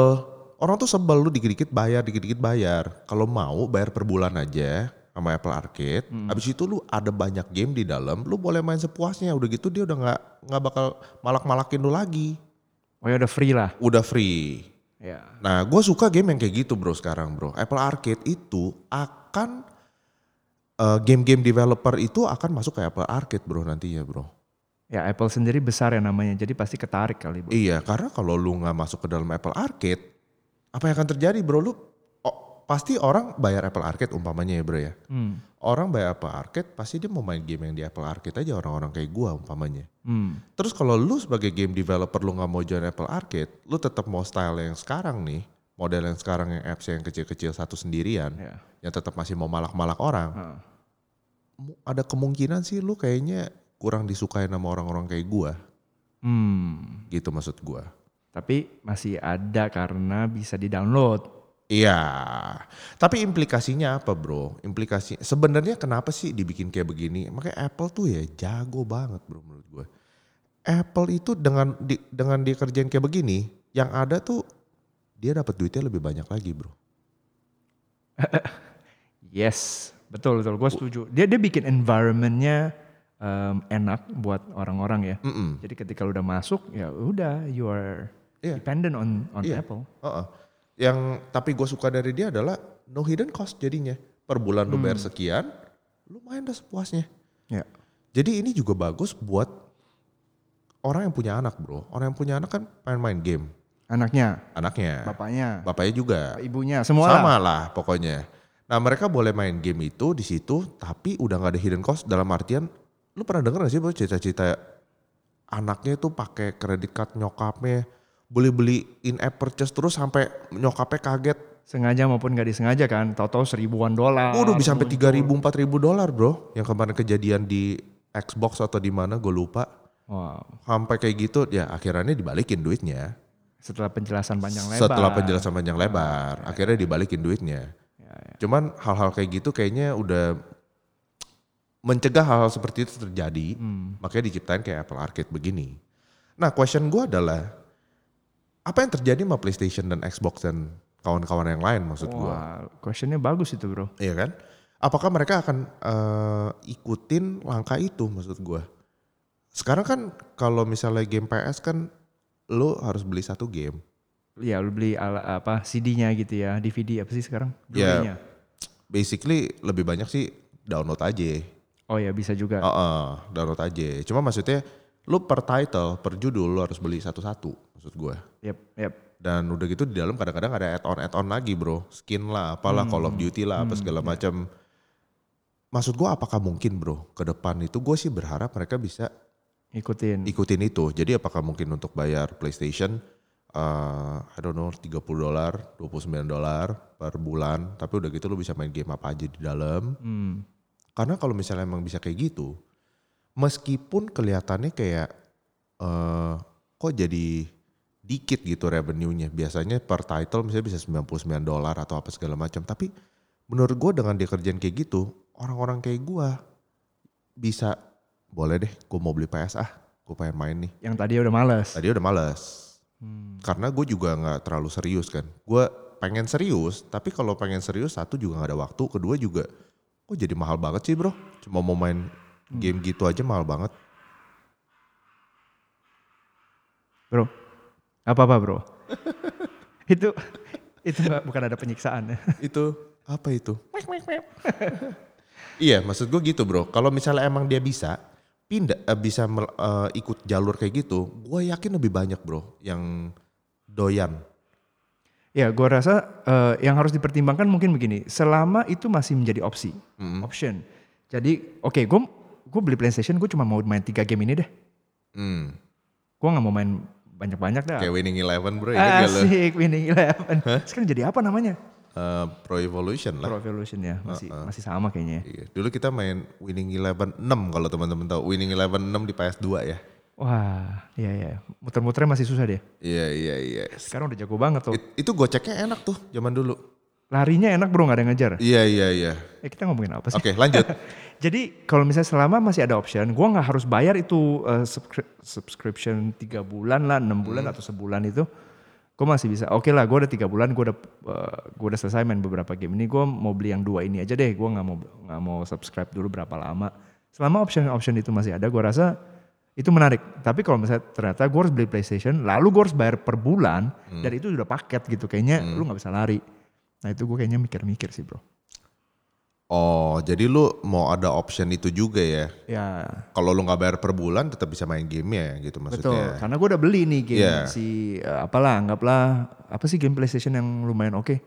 A: Orang tuh sebel lu dikit-dikit bayar, dikit-dikit bayar. Kalau mau bayar per bulan aja sama Apple Arcade. Habis itu lu ada banyak game di dalam, lu boleh main sepuasnya. Udah gitu dia udah nggak nggak bakal malak-malakin lu lagi.
B: Oh ya udah free lah.
A: Udah free.
B: Ya.
A: Nah, gue suka game yang kayak gitu bro sekarang bro. Apple Arcade itu akan eh, game-game developer itu akan masuk ke Apple Arcade bro nantinya bro.
B: Ya Apple sendiri besar ya namanya. Jadi pasti ketarik kali bro.
A: Iya, karena kalau lu nggak masuk ke dalam Apple Arcade, apa yang akan terjadi bro? Lu o- pasti orang bayar Apple Arcade umpamanya ya bro ya.
B: Hmm,
A: Orang bayar Apple Arcade pasti dia mau main game yang di Apple Arcade aja orang-orang kayak gua umpamanya.
B: Hmm.
A: Terus kalau lu sebagai game developer lu nggak mau join Apple Arcade, lu tetap mau style yang sekarang nih, model yang sekarang yang apps yang kecil-kecil satu sendirian,
B: Ya.
A: yang tetap masih mau malak-malak orang.
B: Heeh.
A: mu- Ada kemungkinan sih lu kayaknya kurang disukai sama orang-orang kayak gua,
B: Hmm.
A: gitu maksud gua.
B: Tapi masih ada karena bisa di-download.
A: Iya, tapi implikasinya apa bro? Implikasi sebenarnya kenapa sih dibikin kayak begini? Makanya Apple tuh ya jago banget bro menurut gue. Apple itu dengan di, dengan dia kerjain kayak begini, yang ada tuh dia dapat duitnya lebih banyak lagi bro.
B: Yes, betul betul. Gue setuju. Dia dia bikin environmentnya em, enak buat orang-orang ya.
A: Mm-mm.
B: Jadi ketika lu udah masuk ya udah you are
A: Iya.
B: dependent on on
A: Iya.
B: Apple.
A: Heeh. Yang tapi gue suka dari dia adalah no hidden cost jadinya per bulan lu bayar sekian, lu main dah sepuasnya. Iya.
B: Ya.
A: Jadi ini juga bagus buat orang yang punya anak bro. Orang yang punya anak kan main-main game
B: Anaknya,
A: anaknya.
B: bapaknya,
A: Bapaknya juga.
B: ibunya, semua. lah.
A: Sama lah pokoknya. Nah mereka boleh main game itu di situ tapi udah nggak ada hidden cost dalam artian lu pernah denger gak sih bro cita-cita anaknya itu pakai kredit card nyokapnya beli-beli in app purchase terus sampai nyokapnya kaget.
B: Sengaja maupun gak disengaja kan, tahu-tahu seribuan dolar.
A: Waduh bisa sampai
B: muncul.
A: 3000 4000 dolar bro yang kemarin kejadian di Xbox atau di mana gue lupa
B: Wow.
A: sampai kayak gitu ya akhirnya dibalikin duitnya
B: Setelah penjelasan panjang lebar.
A: setelah penjelasan panjang lebar akhirnya dibalikin duitnya
B: Ya, ya.
A: Cuman hal-hal kayak gitu kayaknya udah mencegah hal-hal seperti itu terjadi.
B: Hmm.
A: Makanya diciptain kayak Apple Arcade begini. Nah, question gue adalah apa yang terjadi sama PlayStation dan Xbox dan kawan-kawan yang lain maksud gue?
B: Wah, questionnya bagus itu bro.
A: Iya kan? Apakah mereka akan eh, ikutin langkah itu maksud gue? Sekarang kan kalau misalnya game PS kan lo harus beli satu game.
B: Iya, lu beli ala- apa CD-nya gitu ya, DVD apa sih sekarang?
A: Ya.
B: Blu-ray-nya.
A: Basically lebih banyak sih download aja.
B: Oh ya bisa juga.
A: Heeh, download aja. Cuma maksudnya lu per title, per judul lu harus beli satu-satu maksud gua.
B: Yep, yep.
A: Dan udah gitu di dalam kadang-kadang ada add-on add-on lagi, Bro. Skin lah, apalah Call of Duty lah, apa segala macam. Maksud gua apakah mungkin, Bro, ke depan itu gue sih berharap mereka bisa
B: Ikutin.
A: ikutin itu. Jadi apakah mungkin untuk bayar PlayStation eh I don't know 30 dolar, 29 dolar per bulan, tapi udah gitu lu bisa main game apa aja di dalam.
B: Hmm.
A: Karena kalau misalnya emang bisa kayak gitu, meskipun kelihatannya kayak eh kok jadi dikit gitu revenue-nya. Biasanya per title misalnya bisa 99 dolar atau apa segala macam. Tapi menurut gue dengan dia kerjaan kayak gitu, orang-orang kayak gue bisa boleh deh gue mau beli PS ah, gue pengen main nih.
B: Yang tadi udah males.
A: Tadi udah males.
B: Hmm.
A: Karena gue juga nggak terlalu serius kan. Gue pengen serius, tapi kalau pengen serius satu juga nggak ada waktu, kedua juga kok jadi mahal banget sih bro. Cuma mau main game gitu aja mahal banget.
B: Bro. Apa apa, Bro? itu itu bukan ada penyiksaan ya.
A: itu apa itu? iya, maksud gue gitu bro. Kalau misalnya emang dia bisa pindah eh, bisa mel- eh, ikut jalur kayak gitu, gue yakin lebih banyak bro yang doyan.
B: Ya, gua rasa eh, yang harus dipertimbangkan mungkin begini, selama itu masih menjadi opsi,
A: Hmm.
B: option. Jadi, oke, gue gue beli PlayStation, gue cuma mau main tiga game ini deh.
A: Hmm.
B: Gue nggak mau main banyak-banyak dah.
A: Kayak Winning Eleven bro, ya gak lo?
B: Ah, Asik, Winning Eleven. Sekarang jadi apa namanya?
A: Eh, Pro Evolution lah.
B: Pro Evolution ya, masih masih sama kayaknya. ya.
A: Iya, dulu kita main Winning Eleven 6 kalau teman-teman tahu. Winning Eleven 6 di PS2 ya.
B: Wah, iya iya, muter-muternya masih susah deh.
A: Iya, iya, iya.
B: Sekarang udah jago banget tuh.
A: It- itu goceknya enak tuh zaman dulu.
B: Larinya enak bro, nggak ada yang ngejar.
A: Iya, iya, iya.
B: Eh kita ngomongin apa sih?
A: Oke, lanjut.
B: Jadi kalau misalnya selama masih ada option, gua nggak harus bayar itu eh, subscri- subscription tiga bulan lah, enam bulan atau sebulan itu, gue masih bisa. Oke lah, gue udah tiga bulan, gue udah eh, gua udah selesai main beberapa game ini, gue mau beli yang dua ini aja deh. Gue nggak mau nggak mau subscribe dulu berapa lama. Selama option-option itu masih ada, gua rasa itu menarik. Tapi kalau misalnya ternyata gue harus beli PlayStation, lalu gue harus bayar per bulan, dan itu udah paket gitu, kayaknya lu nggak bisa lari. Nah itu gue kayaknya mikir-mikir sih bro.
A: Oh, jadi lu mau ada option itu juga ya.
B: Ya,
A: Kalau lu nggak bayar per bulan tetap bisa main gamenya gitu
B: Betul,
A: maksudnya.
B: karena gue udah beli nih game
A: Iya.
B: si eh, apalah anggaplah apa sih game PlayStation yang lumayan oke. Eh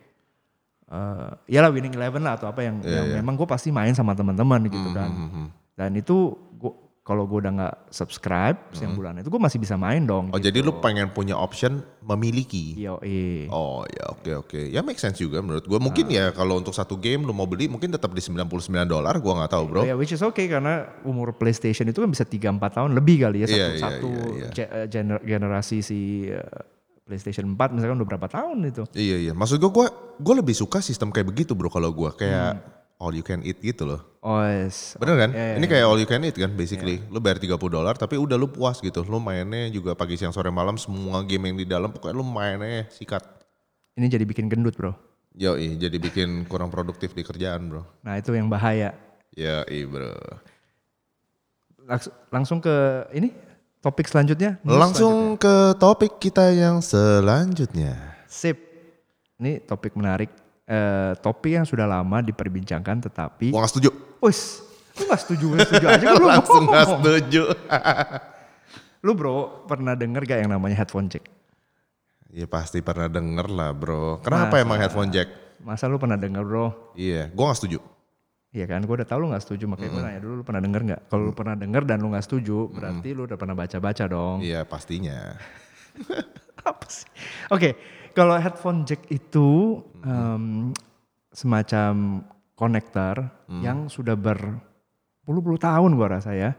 B: eh ya lah winning eleven lah atau apa yang,
A: Iya,
B: yang memang gue pasti main sama
A: Hmm,
B: teman-teman gitu kan dan itu gua- kalau gue udah nggak subscribe siang bulan itu gue masih bisa main dong
A: Hmm. Oh jadi lu pengen punya option memiliki.
B: Yo, iya.
A: Oh ya oke oke. Ya make sense juga menurut gua. Mungkin ya kalau untuk satu game lu mau beli mungkin tetap di 99 dolar gua nggak tahu, Bro.
B: Ya, which is okay karena umur PlayStation itu kan bisa 3 4 tahun lebih kali ya satu
A: Iya, iya,
B: satu
A: iya, iya.
B: ge- eh, gener- generasi si eh, PlayStation 4 misalkan udah berapa tahun itu.
A: Iya iya. Maksud gua gua gua lebih suka sistem kayak begitu, Bro, kalau gua kayak all you can eat gitu loh.
B: Oh, yes.
A: Bener kan? Ini kayak all you can eat kan basically. Lu bayar 30 dolar tapi udah lu puas gitu. Lu mainnya juga pagi siang sore malam semua game yang di dalam pokoknya lu mainnya sikat.
B: Ini jadi bikin gendut, Bro.
A: Yoi, jadi bikin kurang produktif di kerjaan, Bro.
B: Nah, itu yang bahaya.
A: Yoi, Bro.
B: Laks- langsung ke ini topik selanjutnya. News
A: Langsung ke topik kita yang selanjutnya.
B: selanjutnya. sip. Ini topik menarik. Eh, topik yang sudah lama diperbincangkan tetapi
A: Gua gak setuju.
B: Wis, lu gak setuju, gak setuju aja kan lu
A: Langsung gak
B: ngomong.
A: setuju.
B: Lu bro, pernah denger gak yang namanya headphone jack?
A: ya pasti pernah denger lah bro. Kenapa emang headphone jack?
B: Masa lu pernah denger bro?
A: Iya, gua gak setuju.
B: Iya kan, gue udah tau lu gak setuju, makanya gue nanya dulu lu pernah denger gak? Kalau lu pernah denger dan lu gak setuju, berarti lu udah pernah baca-baca dong.
A: Iya pastinya.
B: Apa sih? Oke, kalau headphone jack itu em, semacam konektor yang sudah ber puluh-puluh tahun gue rasa ya.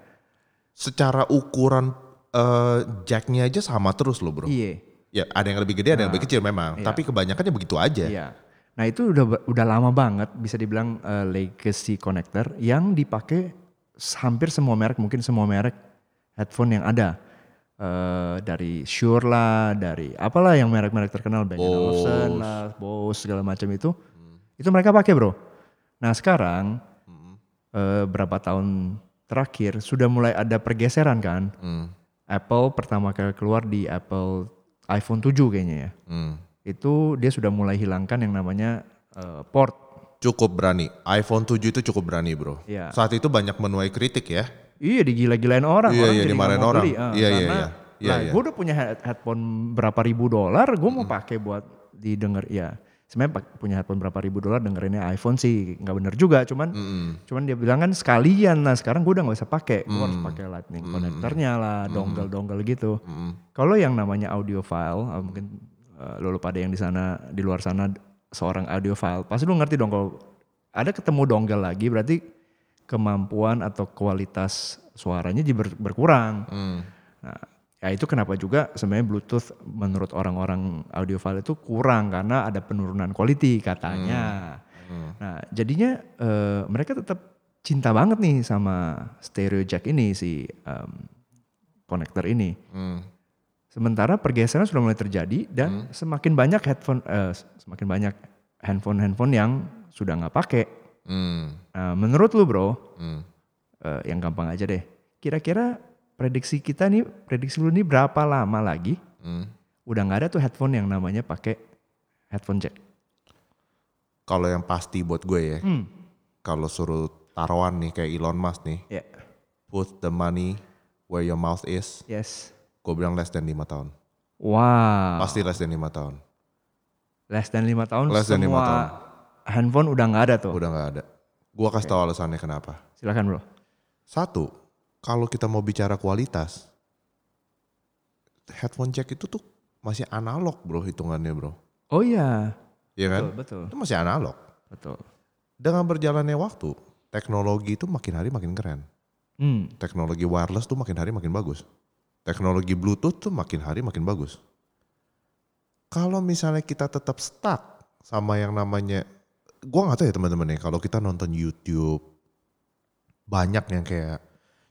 A: Secara ukuran eh, jacknya aja sama terus loh bro.
B: Iya, Nah.
A: Ya ada yang lebih gede, ada yang lebih kecil memang. Tapi kebanyakannya begitu aja.
B: iya. Nah itu udah ber- udah lama banget bisa dibilang eh, legacy connector yang dipakai s- hampir semua merek, mungkin semua merek headphone yang ada. Eh, dari Shure lah, dari apalah yang merek-merek terkenal, Bang Olufsen lah, Bose segala macam itu. Itu mereka pakai, Bro. Nah, sekarang eh, berapa tahun terakhir sudah mulai ada pergeseran kan?
A: Hmm,
B: Apple pertama kali keluar di Apple iPhone 7 kayaknya ya
A: hmm.
B: itu dia sudah mulai hilangkan yang namanya eh, port.
A: Cukup berani. iPhone 7 itu cukup berani bro.
B: Iya.
A: Saat itu banyak menuai kritik ya.
B: Iya digila-gilain orang,
A: Iya, iya,
B: orang jadi nggak
A: dimarahin
B: mau
A: orang.
B: beli. Ah,
A: Iya, iya,
B: karena,
A: iya. Iya,
B: lah,
A: iya.
B: gue udah punya head- headphone berapa ribu dolar, gue mau pakai buat didengar. Ya, sebenarnya pak- punya headphone berapa ribu dolar dengerinnya iPhone sih nggak bener juga.
A: Mm.
B: Cuman,
A: Hmm,
B: cuman dia bilang kan sekalian lah. Sekarang gue udah nggak usah pakai, gue
A: Mm.
B: harus pakai lightning konektornya lah, dongle-dongle gitu.
A: hmm,
B: Kalau yang namanya audiophile, ah, mungkin eh, lo lupa ada yang di sana di luar sana seorang audiophile, pasti lo ngerti dong kalau ada ketemu dongle lagi berarti kemampuan atau kualitas suaranya jadi ber- berkurang.
A: hmm,
B: Nah, ya itu kenapa juga sebenarnya Bluetooth menurut orang-orang audiophile itu kurang karena ada penurunan quality katanya. Nah, jadinya eh, mereka tetap cinta banget nih sama stereo jack ini si em, konektor ini.
A: Hmm.
B: Sementara pergeseran sudah mulai terjadi dan semakin banyak headphone eh, semakin banyak handphone-handphone yang sudah nggak pakai.
A: Hmm.
B: Nah, menurut lu bro,
A: Hmm.
B: Eh, yang gampang aja deh. Kira-kira prediksi kita nih, prediksi lu nih berapa lama lagi
A: Hmm.
B: udah nggak ada tuh headphone yang namanya pakai headphone jack?
A: Kalau yang pasti buat gue ya,
B: Hmm.
A: kalau suruh taruhan nih kayak Elon Musk nih,
B: Ya.
A: put the money where your mouth is,
B: Yes.
A: gue bilang less than 5 tahun.
B: Wow.
A: Pasti less than 5 tahun.
B: Less than lima tahun
A: Less than
B: semua
A: lima tahun.
B: handphone udah nggak ada tuh.
A: Udah nggak ada. Gue kasih tau alasannya kenapa.
B: Silakan bro.
A: Satu, kalau kita mau bicara kualitas, headphone jack itu tuh masih analog bro hitungannya bro.
B: Oh iya.
A: Iya kan?
B: Betul, betul,
A: Itu masih analog.
B: betul.
A: Dengan berjalannya waktu, teknologi itu makin hari makin keren.
B: Hmm.
A: teknologi wireless tuh makin hari makin bagus. Teknologi Bluetooth tuh makin hari makin bagus. Kalau misalnya kita tetap stuck sama yang namanya, gua nggak tahu ya teman-teman ya. Kalau kita nonton YouTube banyak yang kayak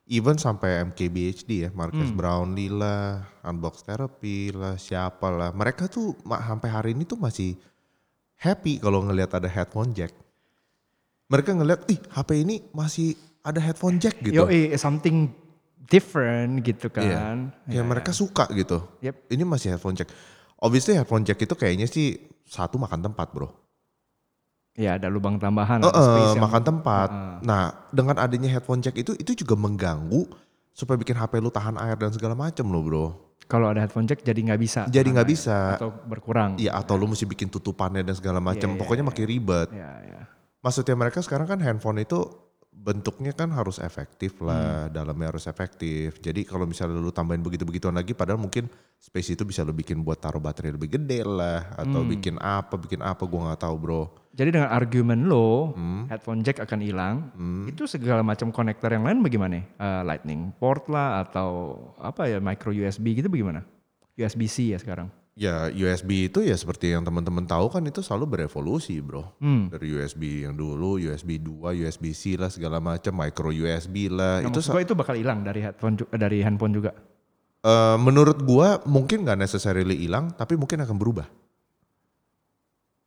A: even sampai MKBHD ya, Marcus Brownlee lah, Unbox Therapy lah, siapa lah. Mereka tuh ma- sampai hari ini tuh masih happy kalau ngelihat ada headphone jack. Mereka ngelihat, ih HP ini masih ada headphone jack gitu.
B: Yo, something different gitu
A: Iya.
B: kan.
A: Ya, mereka suka gitu.
B: Yep.
A: Ini masih headphone jack. Obviously headphone jack itu kayaknya sih satu makan tempat bro.
B: Ya ada lubang tambahan.
A: Eh,
B: ada space
A: eh,
B: yang- Hmm.
A: makan tempat. Nah dengan adanya headphone jack itu itu juga mengganggu supaya bikin HP lu tahan air dan segala macem lo bro.
B: Kalau ada headphone jack jadi nggak bisa.
A: Jadi nggak bisa.
B: Karena- Atau berkurang.
A: Iya atau lu mesti bikin tutupannya dan segala macam.
B: Iya, iya,
A: Pokoknya
B: iya.
A: makin ribet.
B: Iya, iya.
A: Maksudnya mereka sekarang kan handphone itu bentuknya kan harus efektif lah, dalamnya harus efektif. Jadi kalau misalnya lu tambahin begitu-begituan lagi padahal mungkin space itu bisa lu bikin buat taruh baterai lebih gede lah atau bikin apa, bikin apa gua nggak tahu, Bro.
B: Jadi dengan argumen lo,
A: Hmm.
B: headphone jack akan hilang. Itu segala macam konektor yang lain bagaimana? Eh, lightning port lah atau apa ya micro USB gitu bagaimana? USB-C ya sekarang.
A: Ya USB itu ya seperti yang teman-teman tahu kan itu selalu berevolusi, Bro.
B: Hmm.
A: Dari USB yang dulu, USB 2, USB C lah segala macam, micro USB lah.
B: Nah,
A: itu
B: maksud
A: sa-
B: gua itu bakal hilang dari headphone ju- dari handphone juga.
A: Eh, menurut gua mungkin nggak necessarily hilang tapi mungkin akan berubah.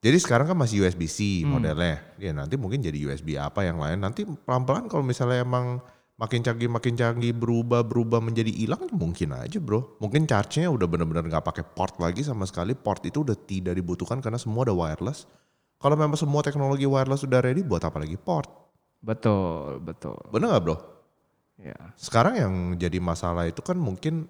A: Jadi sekarang kan masih USB-C modelnya. Ya nanti mungkin jadi USB apa yang lain. Nanti pelan-pelan kalau misalnya emang makin canggih makin canggih berubah berubah menjadi hilang mungkin aja bro. Mungkin charge-nya udah bener-bener nggak pakai port lagi sama sekali. Port itu udah tidak dibutuhkan karena semua udah wireless. Kalau memang semua teknologi wireless udah ready buat apa lagi port?
B: Betul, betul.
A: Bener nggak bro?
B: Ya.
A: sekarang yang jadi masalah itu kan mungkin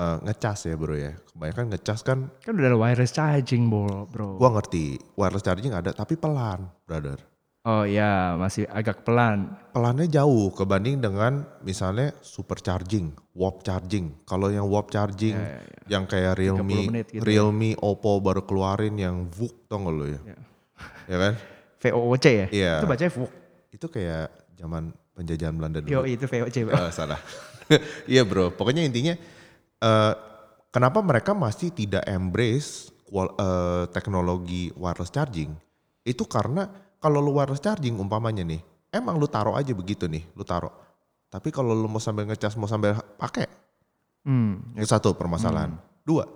A: eh, ngecas ya bro ya kebanyakan ngecas kan
B: Kan udah ada wireless charging, bro. bro.
A: gua ngerti wireless charging ada tapi pelan brother
B: Oh ya, masih agak pelan.
A: pelannya jauh kebanding dengan misalnya super charging warp charging kalau yang warp charging
B: Ya, ya,
A: yang kayak realme
B: menit gitu ya.
A: realme oppo baru keluarin yang vuk tau gak lo ya
B: Ya.
A: ya kan
B: VOOC ya?
A: Iya.
B: Itu bacanya VOOC.
A: itu kayak zaman penjajahan Belanda dulu
B: Yo, itu VOOC, Bro.
A: Eh, salah. Iya bro, pokoknya intinya eh, kenapa mereka masih tidak embrace kual- eh, teknologi wireless charging? Itu karena kalau lu wireless charging umpamanya nih, emang lu taruh aja begitu nih, lu taruh. Tapi kalau lu mau sambil ngecas, mau sambil pakai,
B: Hmm.
A: itu satu permasalahan. Dua,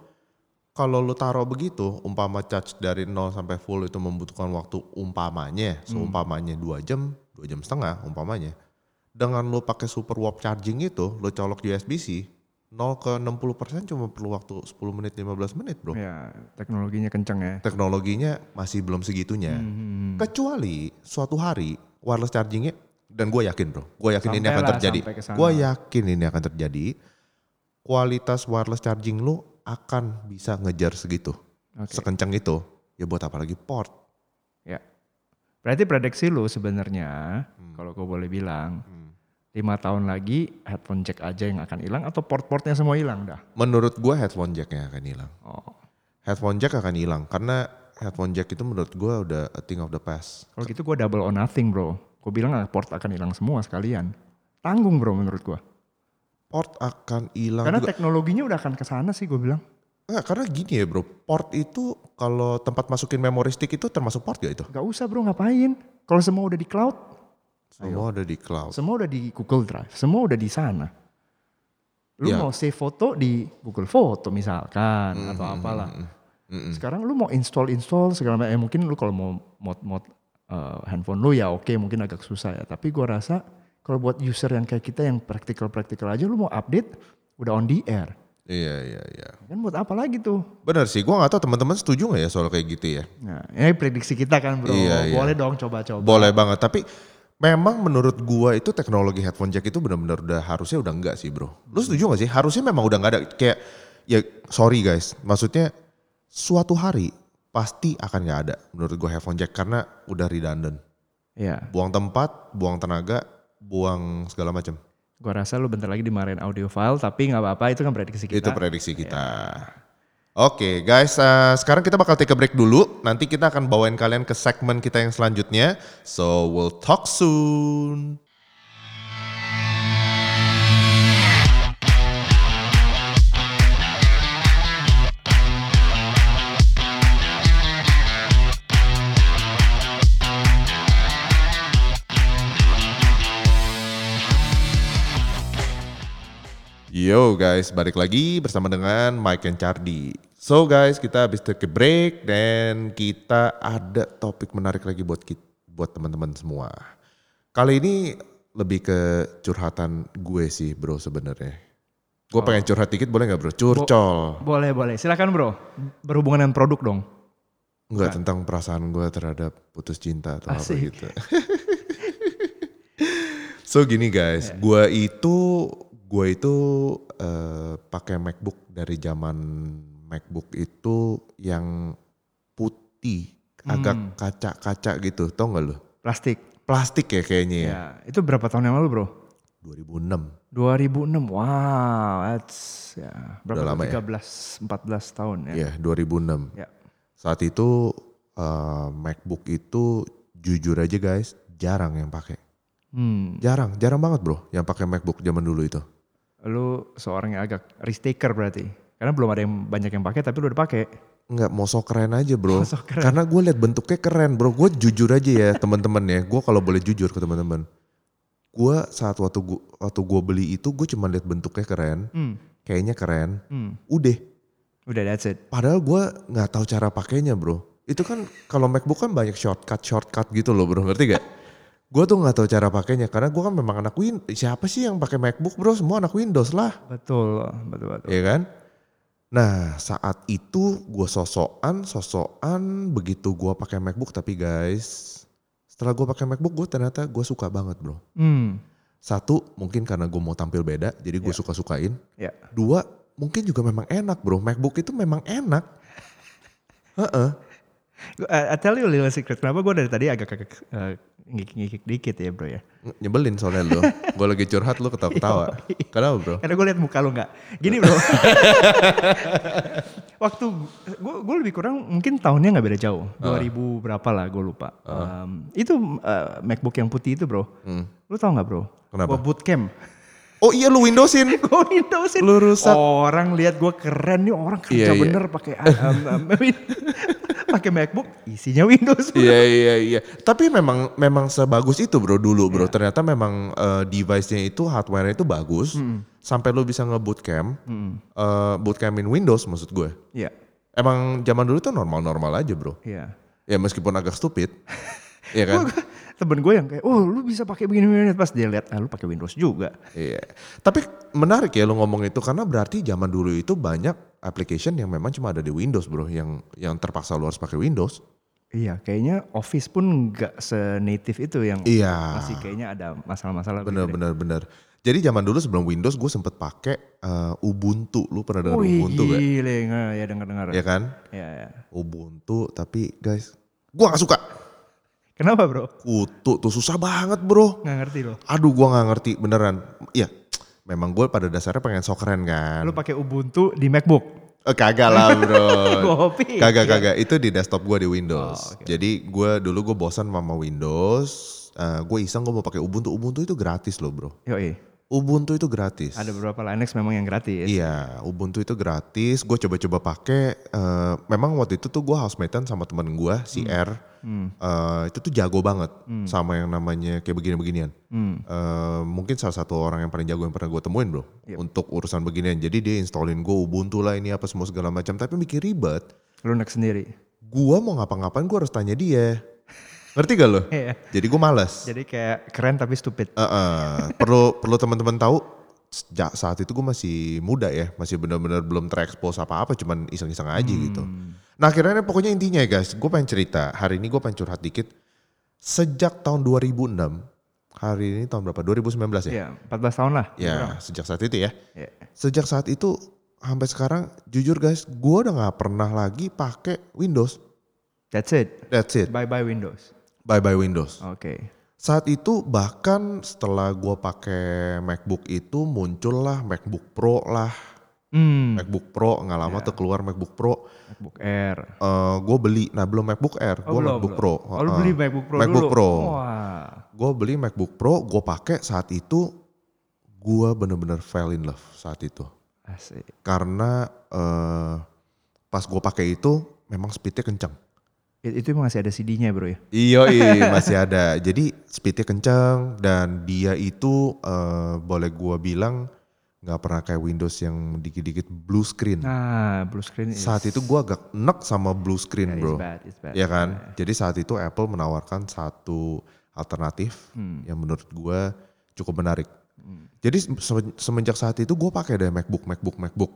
A: kalau lu taruh begitu, umpama charge dari 0 sampai full itu membutuhkan waktu umpamanya, seumpamanya 2 jam, 2 jam setengah umpamanya. Dengan lu pakai super warp charging itu, lu colok USB-C, 0 ke 60% cuma perlu waktu 10 menit, 15 menit bro.
B: Ya, teknologinya kenceng ya.
A: Teknologinya masih belum segitunya.
B: Hmm.
A: Kecuali suatu hari wireless chargingnya dan gue yakin bro, gue yakin ini akan
B: Sampailah,
A: terjadi.
B: sampai ke sana.
A: Gue yakin ini akan terjadi. Kualitas wireless charging lu akan bisa ngejar segitu,
B: Oke.
A: sekencang itu. Ya buat apa lagi port?
B: Ya. Berarti prediksi lu sebenarnya, kalau gue boleh bilang, lima tahun lagi headphone jack aja yang akan hilang atau port-portnya semua hilang dah.
A: Menurut gue headphone jacknya akan hilang.
B: Oh.
A: Headphone jack akan hilang karena headphone jack itu menurut gue udah a thing of the past.
B: Kalau gitu gue double or nothing, Bro. Gue bilang ah, port akan hilang semua sekalian. Tanggung, Bro, menurut gue.
A: Port akan hilang
B: Karena
A: juga.
B: teknologinya udah akan ke sana sih gue bilang.
A: Nggak, karena gini ya bro, port itu kalau tempat masukin memory stick itu termasuk port gak itu?
B: Gak usah, Bro, ngapain? Kalau semua udah di cloud,
A: Semua ada di cloud.
B: semua udah di Google Drive, semua udah di sana. Lu
A: Ya. Hmm,
B: mau save foto di Google Foto misalkan atau apalah.
A: Mm-mm.
B: Sekarang lu mau install install segala macam. Eh, mungkin lu kalau mau mod mod eh, handphone lu ya oke mungkin agak susah ya. Tapi gua rasa kalau buat user yang kayak kita yang practical practical aja, lu mau update udah on the air.
A: Iya iya iya.
B: Kan buat apa lagi tuh?
A: Bener sih, gua gak tahu teman-teman setuju gak ya soal kayak gitu ya.
B: Nah, ini prediksi kita kan bro.
A: Iya, iya.
B: Boleh dong coba-coba.
A: Boleh banget, tapi memang menurut gua itu teknologi headphone jack itu benar-benar udah harusnya udah enggak sih bro. Lu setuju gak sih? Harusnya memang udah nggak ada kayak ya sorry guys, maksudnya suatu hari pasti akan nggak ada menurut gua headphone jack karena udah redundant,
B: Iya.
A: buang tempat, buang tenaga, buang segala macam.
B: Gua rasa lu bentar lagi dimarahin audio file tapi nggak apa-apa itu kan prediksi kita.
A: Itu prediksi kita. Oke guys, eh, sekarang kita bakal take a break dulu. Nanti kita akan bawain kalian ke segmen kita yang selanjutnya. So we'll talk soon. Yo guys, balik lagi bersama dengan Mike and Chardi. So guys, kita habis take a break dan kita ada topik menarik lagi buat kit- buat teman-teman semua. Kali ini lebih ke curhatan gue sih bro sebenarnya. Gue pengen curhat dikit boleh nggak bro? Curcol.
B: Boleh, boleh. Silakan, Bro. Berhubungan dengan produk dong.
A: Enggak tentang perasaan gue terhadap putus cinta atau apa
B: Asik.
A: gitu. so gini guys, gue itu Gue itu eh, pakai MacBook dari zaman MacBook itu yang putih, agak kaca-kaca gitu, tau gak lu?
B: Plastik.
A: Plastik ya kayaknya ya.
B: Ya, itu berapa tahun yang lalu, Bro?
A: 2006.
B: 2006. Wow, that's ya berapa?
A: Udah lama ya?
B: 13, 14 tahun ya.
A: Ya, 2006.
B: Ya.
A: Saat itu eh, MacBook itu jujur aja guys, jarang yang pakai.
B: Hmm,
A: Jarang, jarang banget bro yang pakai MacBook zaman dulu itu.
B: lu seorang yang agak risk taker berarti. Karena belum ada yang banyak yang pakai tapi lu udah pakai.
A: Enggak, mau sok keren aja bro.
B: Mau sok keren.
A: Karena gue liat bentuknya keren bro. Gue jujur aja ya teman-teman ya. Gue kalau boleh jujur ke teman-teman. Gue saat waktu gue waktu gua beli itu gue cuma liat bentuknya keren.
B: Hmm.
A: Kayaknya keren.
B: Hmm.
A: Udah.
B: Udah that's it.
A: Padahal gue nggak tahu cara pakainya bro. Itu kan kalau MacBook kan banyak shortcut shortcut gitu loh bro. Ngerti gak? gue tuh nggak tahu cara pakainya karena gue kan memang anak Win. Siapa sih yang pakai MacBook bro? Semua anak Windows lah.
B: Betul, betul, betul.
A: ya kan? Nah saat itu gue sosokan, sosokan begitu gue pakai MacBook tapi guys setelah gue pakai MacBook gue ternyata gue suka banget bro.
B: Hmm.
A: Satu mungkin karena gue mau tampil beda jadi gue
B: Ya.
A: suka sukain.
B: Ya.
A: Dua mungkin juga memang enak bro. MacBook itu memang enak. Heeh.
B: Gua- I, I tell you a little secret. Kenapa gue dari tadi agak-agak eh, ngikik-ngikik dikit ya, Bro ya?
A: Nyebelin soalnya lo. gue lagi curhat lo ketawa-ketawa. Kenapa bro?
B: Karena gue liat muka lu nggak. Gini bro. Waktu gue gue lebih kurang mungkin tahunnya nggak beda jauh.
A: Ah.
B: 2000 berapa lah gue lupa. Um, itu uh, MacBook yang putih itu bro. Lu tau nggak bro?
A: Hmm. Kenapa?
B: Gue bootcamp.
A: Oh iya lu Windowsin.
B: gue Windowsin.
A: Lu rusak.
B: Orang lihat gue keren nih orang kerja
A: Iya, iya.
B: bener pakai um, um, pakai MacBook isinya Windows.
A: Iya iya iya. Tapi memang memang sebagus itu bro dulu bro.
B: Iya.
A: Ternyata memang eh, device-nya itu hardware-nya itu bagus. Sampai lu bisa nge-bootcamp. eh, bootcamp in Windows maksud gue.
B: Iya.
A: Emang zaman dulu tuh normal-normal aja bro.
B: Iya.
A: Ya meskipun agak stupid. Iya kan?
B: Gua- Temen gue yang kayak, oh lu bisa pakai begini-begini pas dia lihat, ah lu pakai Windows juga.
A: Iya. Tapi menarik ya lu ngomong itu karena berarti zaman dulu itu banyak application yang memang cuma ada di Windows bro yang yang terpaksa lu harus pakai Windows.
B: Iya, kayaknya Office pun nggak se-native itu yang
A: Iya.
B: masih kayaknya ada masalah-masalah.
A: Bener
B: gitu deh.
A: bener bener. Jadi zaman dulu sebelum Windows gue sempet pakai eh, Ubuntu. Lu pernah dengar
B: Wih,
A: Ubuntu gak?
B: gile, nggak? ya dengar-dengar.
A: Ya kan?
B: Iya, iya.
A: Ubuntu tapi guys gua gak suka.
B: Kenapa bro?
A: Kutu tuh susah banget bro.
B: Nggak ngerti loh.
A: Aduh gua gak ngerti beneran. Iya memang gue pada dasarnya pengen sok keren kan.
B: Lu pakai Ubuntu di MacBook.
A: Eh, kagak lah bro.
B: Gua pikir.
A: kagak kagak itu di desktop gua di Windows.
B: Oh, oke.
A: Jadi gua dulu gue bosan sama Windows. gue iseng gue mau pakai Ubuntu. Ubuntu itu gratis loh bro.
B: Yoi,
A: Ubuntu itu gratis.
B: ada beberapa Linux memang yang gratis.
A: Iya, Ubuntu itu gratis. Gue coba-coba pakai. eh, memang waktu itu tuh gue housematean sama temen gue, si R. Eh, itu tuh jago banget sama yang namanya kayak begini-beginian.
B: Hmm,
A: Eh, mungkin salah satu orang yang paling jago yang pernah gue temuin bro untuk urusan beginian. Jadi dia installin gue Ubuntu lah ini apa semua segala macam. Tapi mikir ribet.
B: Linux sendiri.
A: Gue mau ngapa-ngapain gue harus tanya dia. Ngerti gak lo?
B: Iya.
A: Jadi gue males.
B: Jadi kayak keren tapi stupid.
A: Heeh, perlu perlu teman-teman tahu sejak saat itu gue masih muda ya masih benar-benar belum terekspos apa-apa cuman iseng-iseng aja
B: Hmm.
A: gitu nah akhirnya pokoknya intinya ya guys gue pengen cerita hari ini gue pengen curhat dikit sejak tahun 2006 hari ini tahun berapa 2019 ya
B: Iya, 14 tahun lah.
A: ya sejak saat itu ya
B: Iya.
A: sejak saat itu sampai sekarang jujur guys gue udah nggak pernah lagi pakai Windows
B: That's it.
A: that's it
B: Bye-bye Windows.
A: bye bye Windows
B: Oke.
A: Saat itu bahkan setelah gua pakai MacBook itu muncullah MacBook Pro lah,
B: Hmm, Ya.
A: MacBook Pro nggak lama tuh keluar MacBook Pro.
B: MacBook Air.
A: Eh gue beli, nah belum MacBook Air, gue
B: belum,
A: MacBook
B: belum.
A: Pro.
B: Oh, lu beli MacBook Pro
A: MacBook
B: dulu?
A: Pro.
B: Wah.
A: Gue beli MacBook Pro, gue pakai saat itu gua bener-bener fell in love saat itu
B: Asik.
A: karena eh pas gue pakai itu memang speednya kenceng.
B: I- Itu masih ada CD-nya bro ya?
A: Iya, masih ada. Jadi speednya kencang dan dia itu eh, boleh gua bilang nggak pernah kayak Windows yang dikit-dikit blue screen.
B: Nah, blue screen is,
A: Saat itu gua agak enek sama blue screen,
B: yeah,
A: bro.
B: It's bad, it's bad.
A: Ya kan? Jadi saat itu Apple menawarkan satu alternatif
B: Hmm,
A: yang menurut gua cukup menarik. Jadi se- semenjak saat itu gua pakai deh
B: hmm.
A: MacBook, MacBook, MacBook.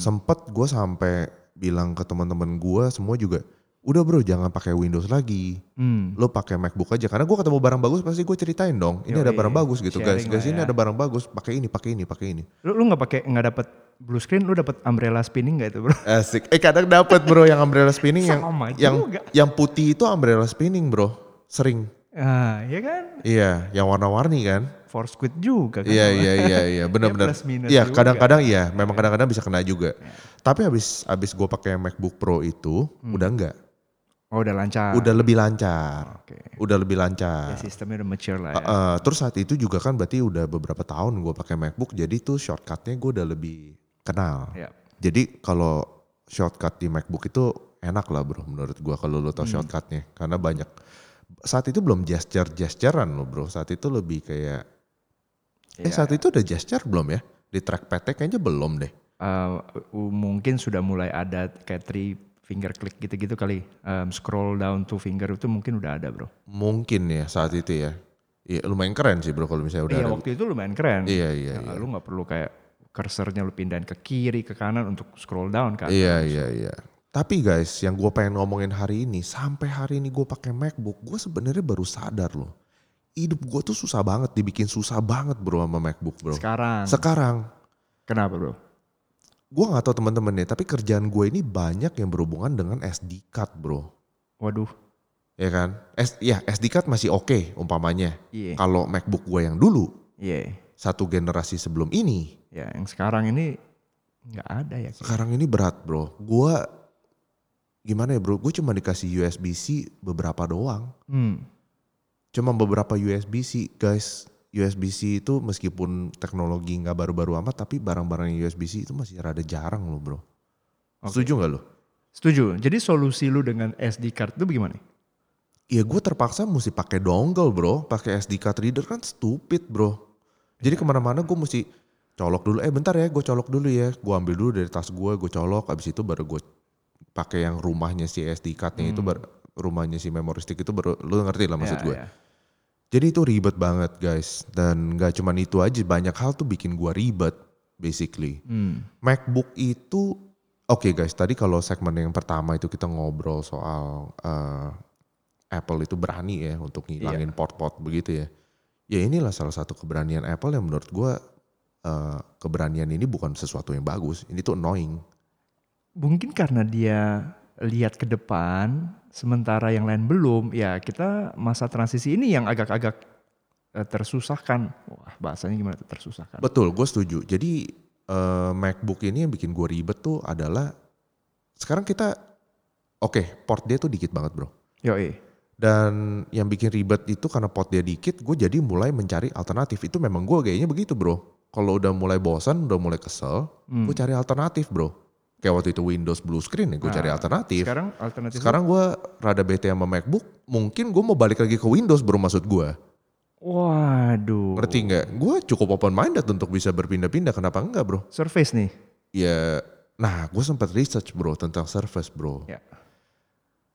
A: Sempet gua sampai bilang ke teman-teman gua semua juga, udah bro jangan pakai Windows lagi
B: Hmm.
A: lo pakai MacBook aja karena gue ketemu barang bagus pasti gue ceritain dong ini
B: Yoi,
A: ada barang bagus gitu guys
B: sharing lah
A: guys ini
B: ya.
A: ada barang bagus pakai ini pakai ini pakai ini
B: Lu lu nggak pakai nggak dapet blue screen, lu dapet umbrella spinning nggak itu bro?
A: asik eh kadang dapat bro yang umbrella spinning yang
B: Sama
A: yang
B: juga.
A: yang putih itu umbrella spinning bro sering
B: Ah, ya kan,
A: iya yang warna-warni kan
B: for squid juga kan.
A: Iya iya iya iya benar-benar.
B: plus minus
A: Iya
B: juga. Ya.
A: kadang-kadang iya, memang kadang-kadang bisa kena juga. Tapi habis habis gue pakai MacBook Pro itu
B: Hmm.
A: udah enggak,
B: Oh udah lancar.
A: udah lebih lancar,
B: Oke.
A: udah lebih
B: Ya,
A: lancar.
B: sistemnya udah mature lah ya.
A: Eh, terus saat itu juga kan berarti udah beberapa tahun gue pakai MacBook, jadi tuh shortcutnya gue udah lebih kenal.
B: Ya.
A: Jadi kalau shortcut di MacBook itu enak lah bro, menurut gue kalau lo tau
B: Hmm.
A: shortcutnya, karena banyak. Saat itu belum gesture gesturean lo bro, saat itu lebih kayak Eh
B: Ya.
A: saat itu udah gesture belum ya? Di trackpad kayaknya belum deh.
B: Eh, u- mungkin sudah mulai ada kayak three finger click gitu-gitu kali. Em, scroll down to finger itu mungkin udah ada bro.
A: Mungkin ya saat itu ya. Iya lumayan keren sih bro kalau misalnya udah
B: Iya
A: ada.
B: waktu itu lumayan keren.
A: Iya iya
B: Ya,
A: iya.
B: Lu nggak perlu kayak cursornya lu pindahin ke kiri ke kanan untuk scroll down kan.
A: Iya iya iya. Tapi guys, yang gue pengen ngomongin hari ini, sampai hari ini gue pakai MacBook, gue sebenarnya baru sadar loh. Hidup gue tuh susah banget, dibikin susah banget bro sama MacBook bro.
B: Sekarang
A: Sekarang,
B: kenapa bro?
A: gue nggak tahu teman-teman nih, tapi kerjaan gue ini banyak yang berhubungan dengan SD card bro,
B: Waduh.
A: ya kan? S, ya SD card masih oke umpamanya.
B: Iya.
A: Kalau MacBook gue yang dulu
B: Iya.
A: satu generasi sebelum ini
B: Ya yang sekarang ini nggak ada ya. kayaknya.
A: sekarang ini berat bro gua gimana ya bro gue cuma dikasih USB-C beberapa doang
B: Hmm.
A: cuma beberapa USB-C guys USB-C itu meskipun teknologi nggak baru-baru amat tapi barang-barang yang USB-C itu masih rada jarang loh bro setuju nggak lo?
B: Setuju. Jadi solusi lu dengan SD card itu bagaimana?
A: Ya gue terpaksa mesti pakai dongle bro, pakai SD card reader kan stupid bro. Jadi kemana-mana gue mesti colok dulu. Eh bentar ya, gue colok dulu ya. Gue ambil dulu dari tas gue, gue colok. Abis itu baru gue pakai yang rumahnya si SD cardnya itu, baru, rumahnya si memory stick itu baru lu ngerti lah maksud
B: Ya,
A: gue.
B: ya.
A: Jadi itu ribet banget guys. Dan gak cuman itu aja, banyak hal tuh bikin gue ribet basically.
B: Hmm.
A: MacBook itu oke guys, tadi kalau segmen yang pertama itu kita ngobrol soal eh, Apple itu berani ya untuk ngilangin port-port begitu ya. Ya inilah salah satu keberanian Apple yang menurut gua eh, keberanian ini bukan sesuatu yang bagus. Ini tuh annoying.
B: mungkin karena dia lihat ke depan sementara yang lain belum ya kita masa transisi ini yang agak-agak eh, tersusahkan wah bahasanya gimana tuh tersusahkan
A: Betul, gue setuju. Jadi eh, MacBook ini yang bikin gue ribet tuh adalah sekarang kita oke port dia tuh dikit banget bro.
B: yo
A: Dan yang bikin ribet itu karena pot dia dikit, gue jadi mulai mencari alternatif. Itu memang gue kayaknya begitu bro. Kalau udah mulai bosan, udah mulai kesel,
B: Hmm.
A: gue cari alternatif bro. Kayak waktu itu Windows blue screen ya, gue cari alternatif. Sekarang,
B: sekarang gitu. alternatif
A: gue rada bete sama MacBook, mungkin gue mau balik lagi ke Windows bro maksud gue.
B: waduh
A: Ngerti nggak? Gue cukup open-minded untuk bisa berpindah-pindah, kenapa enggak bro?
B: surface nih
A: Ya, nah gue sempat research bro tentang Surface bro.
B: ya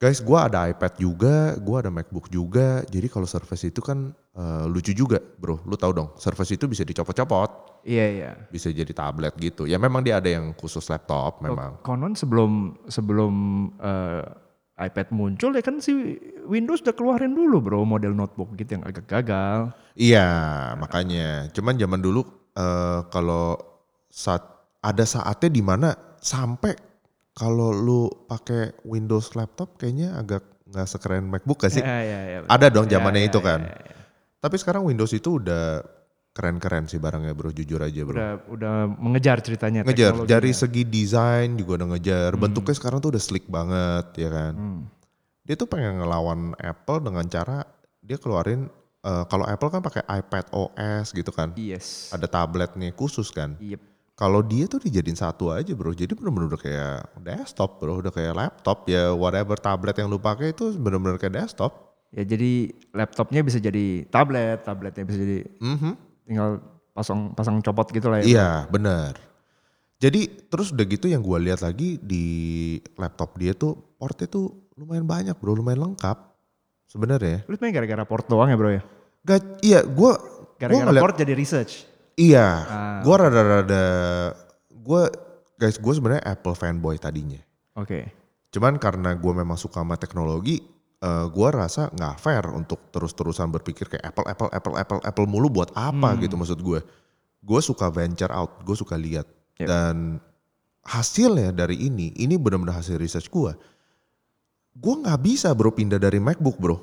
A: Guys, gua ada iPad juga, gua ada MacBook juga. Jadi kalau Surface itu kan eh, lucu juga, bro. Lu tahu dong, Surface itu bisa dicopot-copot,
B: iya iya
A: bisa jadi tablet gitu. Ya memang dia ada yang khusus laptop,
B: Oh.
A: memang.
B: konon sebelum sebelum eh, iPad muncul ya kan si Windows udah keluarin dulu bro model notebook gitu yang agak gagal
A: Iya, makanya. Cuman zaman dulu eh, kalau saat ada saatnya di mana sampai kalau lu pakai Windows laptop kayaknya agak nggak sekeren MacBook gak sih?
B: ya, ya, ya,
A: Ada dong zamannya
B: Ya,
A: itu
B: ya,
A: kan.
B: ya, ya.
A: Tapi sekarang Windows itu udah keren-keren sih barangnya, bro. Jujur aja, bro.
B: udah udah mengejar ceritanya
A: ngejar
B: teknologinya.
A: dari segi desain juga udah ngejar bentuknya sekarang tuh udah slick banget ya kan
B: Hmm.
A: dia tuh pengen ngelawan Apple dengan cara dia keluarin eh, kalau Apple kan pakai iPad OS gitu kan
B: Yes.
A: ada tabletnya khusus kan
B: Yep.
A: kalau dia tuh dijadiin satu aja bro jadi bener-bener udah kayak desktop bro udah kayak laptop ya whatever tablet yang lu pakai itu bener-bener kayak desktop
B: Ya jadi laptopnya bisa jadi tablet, tabletnya bisa jadi
A: Mhm.
B: tinggal pasang pasang copot gitu lah ya.
A: Iya, benar. Jadi terus udah gitu yang gue lihat lagi di laptop dia tuh portnya tuh lumayan banyak bro, lumayan lengkap sebenarnya.
B: Lu sebenarnya gara-gara port doang ya bro ya?
A: Gak, iya gue gue
B: Gara-gara
A: ngeliat,
B: port jadi research.
A: iya,
B: Ah.
A: gue rada-rada gue guys gue sebenarnya Apple fanboy tadinya.
B: Oke.
A: Cuman karena gue memang suka sama teknologi, eh, gue rasa nggak fair untuk terus-terusan berpikir kayak Apple, Apple, Apple, Apple, Apple mulu buat apa gitu maksud gue. Gue suka venture out, gue suka lihat
B: Ya.
A: dan hasilnya dari ini, ini benar-benar hasil research gue. Gue nggak bisa bro pindah dari MacBook bro.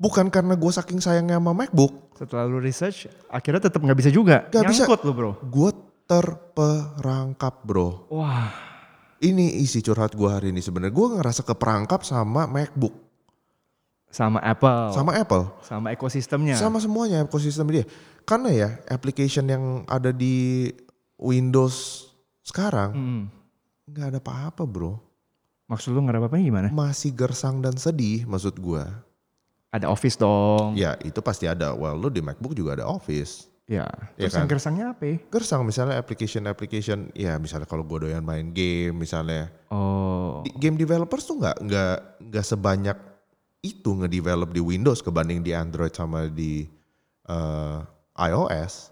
A: Bukan karena gue saking sayangnya sama MacBook,
B: Setelah lu research, akhirnya tetap nggak bisa juga.
A: Nggak bisa.
B: Nyangkut lu bro.
A: gue terperangkap bro.
B: Wah,
A: Ini isi curhat gue hari ini sebenarnya gue ngerasa keperangkap sama MacBook,
B: sama Apple,
A: sama
B: sama,
A: Apple,
B: ekosistemnya.
A: sama semuanya ekosistem dia. Karena ya application yang ada di Windows sekarang
B: Hmm.
A: nggak ada apa-apa bro,
B: Maksud lu nggak ada apa-apa gimana?
A: masih gersang dan sedih maksud gue.
B: Ada Office dong.
A: Ya itu pasti ada. Well lu di MacBook juga ada Office.
B: Ya.
A: Iya
B: Terus
A: kan?
B: yang gersangnya apa? ya?
A: Gersang misalnya application-application, ya misalnya kalau gue doyan main game misalnya.
B: Oh,
A: Di- Game developers tuh nggak nggak nggak sebanyak itu ngedevelop di Windows kebanding di Android sama di eh, iOS.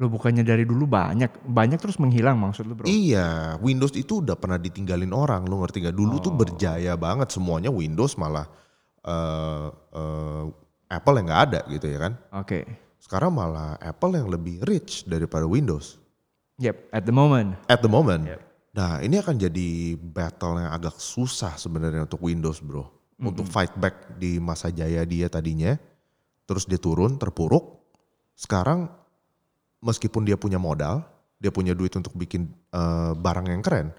B: lu bukannya dari dulu banyak, banyak terus menghilang maksud lu bro?
A: Iya, Windows itu udah pernah ditinggalin orang, lu ngerti nggak? Dulu tuh
B: Oh.
A: berjaya banget semuanya Windows malah eh, eh, Apple yang nggak ada gitu ya kan?
B: Oke.
A: Sekarang malah Apple yang lebih rich daripada Windows.
B: Yep. At the moment.
A: at the moment.
B: Yep.
A: Nah, ini akan jadi battle yang agak susah sebenarnya untuk Windows, Bro. Untuk fight back di masa jaya dia tadinya, terus dia turun, terpuruk. Sekarang meskipun dia punya modal, dia punya duit untuk bikin eh, barang yang keren.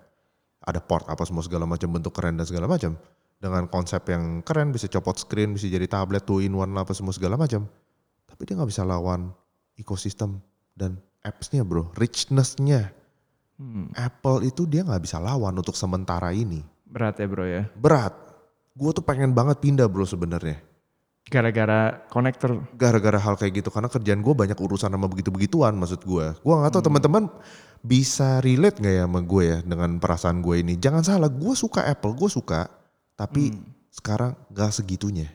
A: Ada port apa semua segala macam bentuk keren dan segala macam. Dengan konsep yang keren bisa copot screen, bisa jadi tablet, two in one lah, apa semua segala macam. Tapi dia nggak bisa lawan ekosistem dan apps-nya, Bro. Richness-nya.
B: Hmm.
A: Apple itu dia nggak bisa lawan untuk sementara ini.
B: Berat ya bro ya.
A: Berat. Gue tuh pengen banget pindah bro sebenarnya.
B: Gara-gara konektor.
A: Gara-gara hal kayak gitu karena kerjaan gue banyak urusan sama begitu-begituan maksud gue. Gue nggak tahu teman-teman bisa relate nggak ya sama gue ya dengan perasaan gue ini. Jangan salah, gue suka Apple, gue suka, tapi sekarang nggak segitunya.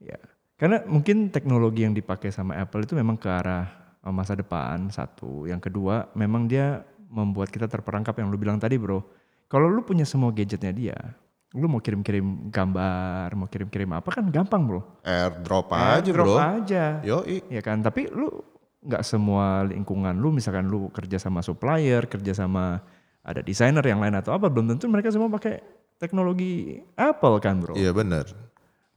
B: Ya. Karena mungkin teknologi yang dipakai sama Apple itu memang ke arah eh, masa depan satu. Yang kedua, memang dia membuat kita terperangkap yang lu bilang tadi, Bro. Kalau lu punya semua gadgetnya dia, lu mau kirim-kirim gambar, mau kirim-kirim apa kan gampang, Bro.
A: Airdrop aja
B: Airdrop
A: bro.
B: aja.
A: Yoi.
B: Ya kan, tapi lu nggak semua lingkungan lu misalkan lu kerja sama supplier, kerja sama ada desainer yang lain atau apa belum tentu mereka semua pakai teknologi Apple kan, Bro.
A: Iya bener.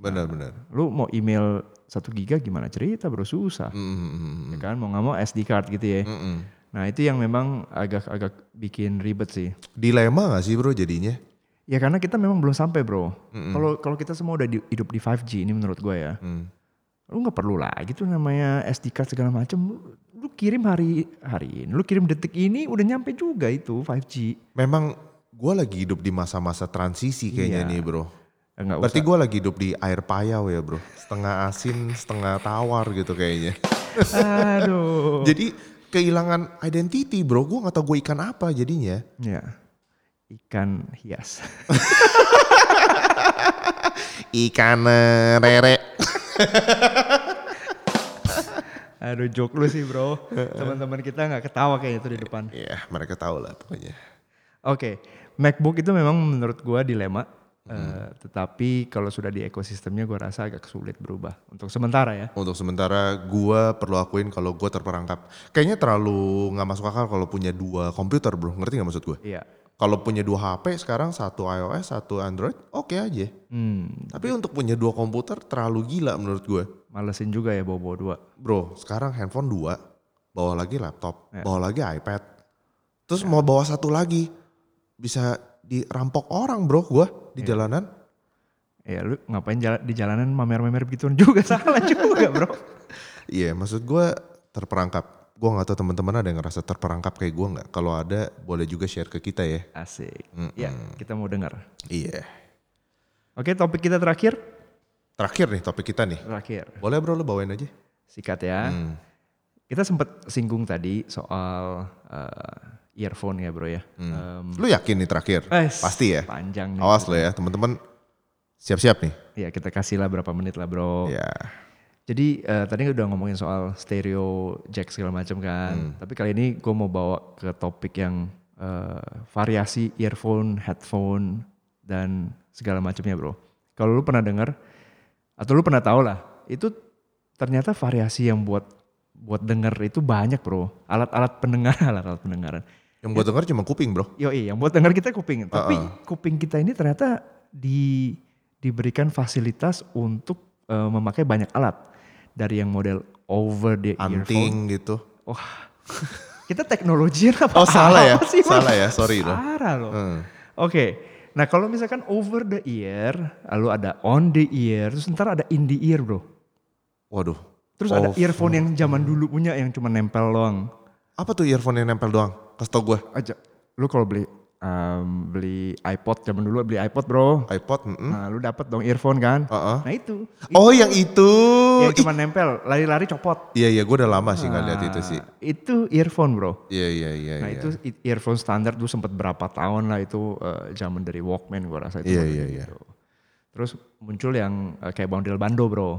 A: Bener-bener.
B: Lu mau email 1 giga gimana cerita, Bro?
A: Nah.
B: Susah. ya kan mau nggak mau SD card gitu ya.
A: Hmm.
B: Nah itu yang memang agak-agak bikin ribet sih.
A: Dilema gak sih bro jadinya?
B: Ya karena kita memang belum sampai bro. Kalau kalau kita semua udah di- hidup di 5G ini menurut gue ya,
A: Mm.
B: lu nggak perlu lagi tuh namanya SD card segala macem. Lu, lu kirim hari hari ini, lu kirim detik ini udah nyampe juga itu 5G.
A: Memang gue lagi hidup di masa-masa transisi kayaknya
B: Iya.
A: nih bro.
B: Ya, nggak
A: Berarti
B: usah.
A: gue lagi hidup di air payau ya bro, setengah asin, setengah tawar gitu kayaknya.
B: Aduh.
A: Jadi kehilangan identity bro, gue gak tau gue ikan apa jadinya.
B: ya ikan hias.
A: Ikan eh, rere.
B: Aduh joke lu sih bro. Teman-teman kita nggak ketawa kayaknya tuh di depan.
A: Ya mereka tahu lah pokoknya.
B: Oke, MacBook itu memang menurut gua dilema. Eh, tetapi kalau sudah di ekosistemnya gua rasa agak sulit berubah untuk sementara ya.
A: Untuk sementara gue perlu akuin kalau gue terperangkap. Kayaknya terlalu gak masuk akal kalau punya dua komputer bro, ngerti gak maksud gue?
B: Iya.
A: Kalau punya dua HP sekarang satu iOS, satu Android, oke aja.
B: Hmm,
A: Tapi untuk punya dua komputer terlalu gila menurut gue.
B: malesin juga ya bawa-bawa dua.
A: bro sekarang handphone dua bawa lagi laptop bawa lagi iPad terus mau bawa satu lagi bisa dirampok orang bro gua di jalanan
B: Ya lu ngapain jala- di jalanan mamer-mamer begituan juga salah juga, Bro.
A: iya maksud gua terperangkap gua nggak tahu teman-teman ada yang ngerasa terperangkap kayak gua nggak kalau ada boleh juga share ke kita ya
B: Asik. Ya, kita mau dengar.
A: iya
B: Oke, topik kita terakhir.
A: terakhir nih topik kita nih
B: Terakhir.
A: boleh bro lu bawain aja Hmm,
B: Sikat ya.
A: Mm.
B: Kita sempat singgung tadi soal eh, earphone ya, Bro ya. Em,
A: hmm. lu yakin nih terakhir
B: eh,
A: pasti ya
B: Panjang nih.
A: awas lo ya teman-teman siap-siap nih
B: Ya, kita kasih lah berapa menit lah, Bro.
A: ya
B: Jadi eh, tadi udah ngomongin soal stereo jack segala macam kan. Tapi kali ini gue mau bawa ke topik yang eh, variasi earphone, headphone, dan segala macamnya bro. Kalau lu pernah dengar atau lu pernah tahu lah, itu ternyata variasi yang buat buat denger itu banyak bro. Alat-alat pendengar, alat-alat pendengaran.
A: Yang gue dengar cuma kuping bro.
B: Yoi, yang buat dengar kita kuping. Tapi kuping kita ini ternyata di diberikan fasilitas untuk eh, memakai banyak alat dari yang model over the earphone.
A: Anting gitu.
B: Wah, kita teknologi apa?
A: Oh salah ya,
B: apa sih, Mas?
A: salah ya, sorry loh.
B: Parah loh.
A: Hmm.
B: Oke. Nah, kalau misalkan over the ear, lalu ada on the ear, terus ntar ada in the ear, Bro.
A: Waduh.
B: Terus ada
A: Over.
B: earphone yang zaman dulu punya yang cuma nempel doang.
A: Apa tuh earphone yang nempel doang? Kasih tau gue.
B: Aja. Lu kalau beli em, beli iPod zaman dulu beli iPod, Bro.
A: iPod. mm-mm.
B: Nah, lu dapat dong earphone kan?
A: Uh-uh.
B: Nah, itu.
A: Hmm?
B: ya,
A: Oh yang itu.
B: Yang
A: Ih,
B: cuma nempel, lari-lari copot.
A: Iya iya gue udah lama sih nggak lihat itu Iya sih.
B: Nah, itu earphone, Bro.
A: Iya iya iya.
B: Nah,
A: iya.
B: itu i- earphone standar tuh sempat berapa tahun lah itu eh, zaman dari Walkman gua rasa itu.
A: Iya,
B: sampai
A: iya, iya.
B: gitu. Terus muncul yang eh, kayak bandel bando, Bro.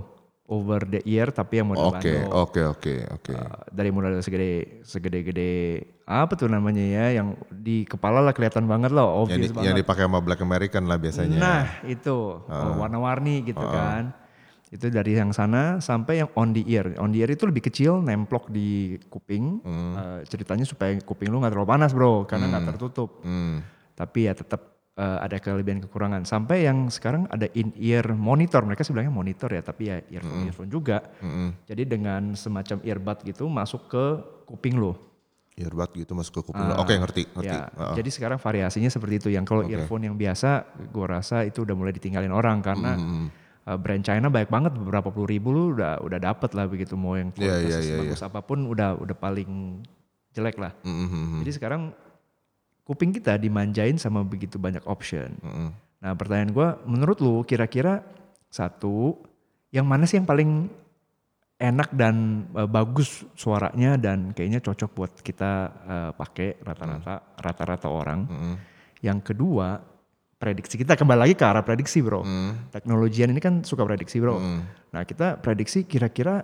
B: Over the ear tapi yang model
A: Oke
B: bando.
A: oke oke oke.
B: Eh, dari model segede segede-gede apa tuh namanya ya yang di kepala lah kelihatan banget loh,
A: Yang,
B: obvious
A: di- yang
B: banget.
A: dipakai sama Black American lah biasanya.
B: Nah, itu
A: Ah.
B: eh, warna-warni gitu kan. Itu dari yang sana sampai yang on the ear. On the ear itu lebih kecil, nemplok di kuping. Eh, ceritanya supaya kuping lu nggak terlalu panas, Bro, karena nggak tertutup
A: Hmm. Hmm.
B: tapi ya tetap eh, ada kelebihan kekurangan sampai yang sekarang ada in ear monitor mereka sebenarnya monitor ya tapi ya
A: Hmm.
B: earphone earphone juga
A: Mm-mm.
B: jadi dengan semacam earbud gitu masuk ke kuping lo
A: Earbud gitu masuk ke kuping. lo. Oke ngerti ngerti.
B: ya
A: Heeh.
B: jadi sekarang variasinya seperti itu yang kalau earphone yang biasa gua rasa itu udah mulai ditinggalin orang karena
A: Hmm,
B: eh, brand China banyak banget beberapa puluh ribu lu udah udah dapet lah begitu mau yang
A: Iya, iya,
B: kualitas
A: iya,
B: bagus apapun udah udah paling jelek lah
A: Mm, mm, mm,
B: jadi sekarang kuping kita dimanjain sama begitu banyak option
A: mm, mm.
B: Nah pertanyaan gue, menurut lu kira-kira satu, yang mana sih yang paling enak dan eh, bagus suaranya dan kayaknya cocok buat kita eh, pakai
A: Hmm.
B: rata-rata rata-rata orang.
A: Mm.
B: Yang kedua, prediksi kita kembali lagi ke arah prediksi bro.
A: Mm.
B: Teknologian ini kan suka prediksi bro.
A: Mm.
B: Nah kita prediksi kira-kira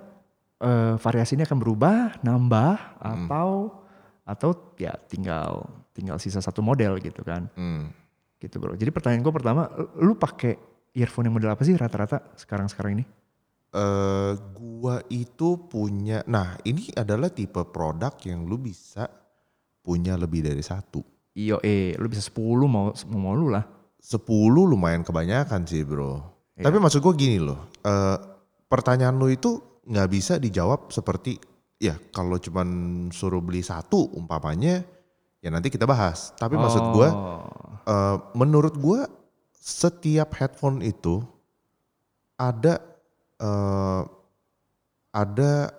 B: eh, variasi ini akan berubah, nambah atau atau ya tinggal tinggal sisa satu model gitu kan
A: Mm.
B: gitu bro. Jadi pertanyaan gue pertama, lu pakai earphone yang model apa sih rata-rata sekarang-sekarang ini?
A: eh gua itu punya nah ini adalah tipe produk yang lu bisa punya lebih dari satu
B: Iyo eh, lu bisa 10 mau mau, mau lu lah.
A: 10 lumayan kebanyakan sih bro tapi maksud gua gini loh eh pertanyaan lu itu nggak bisa dijawab seperti ya kalau cuman suruh beli satu umpamanya ya nanti kita bahas tapi maksud
B: Oh.
A: gua Eh, menurut gua setiap headphone itu ada eh, ada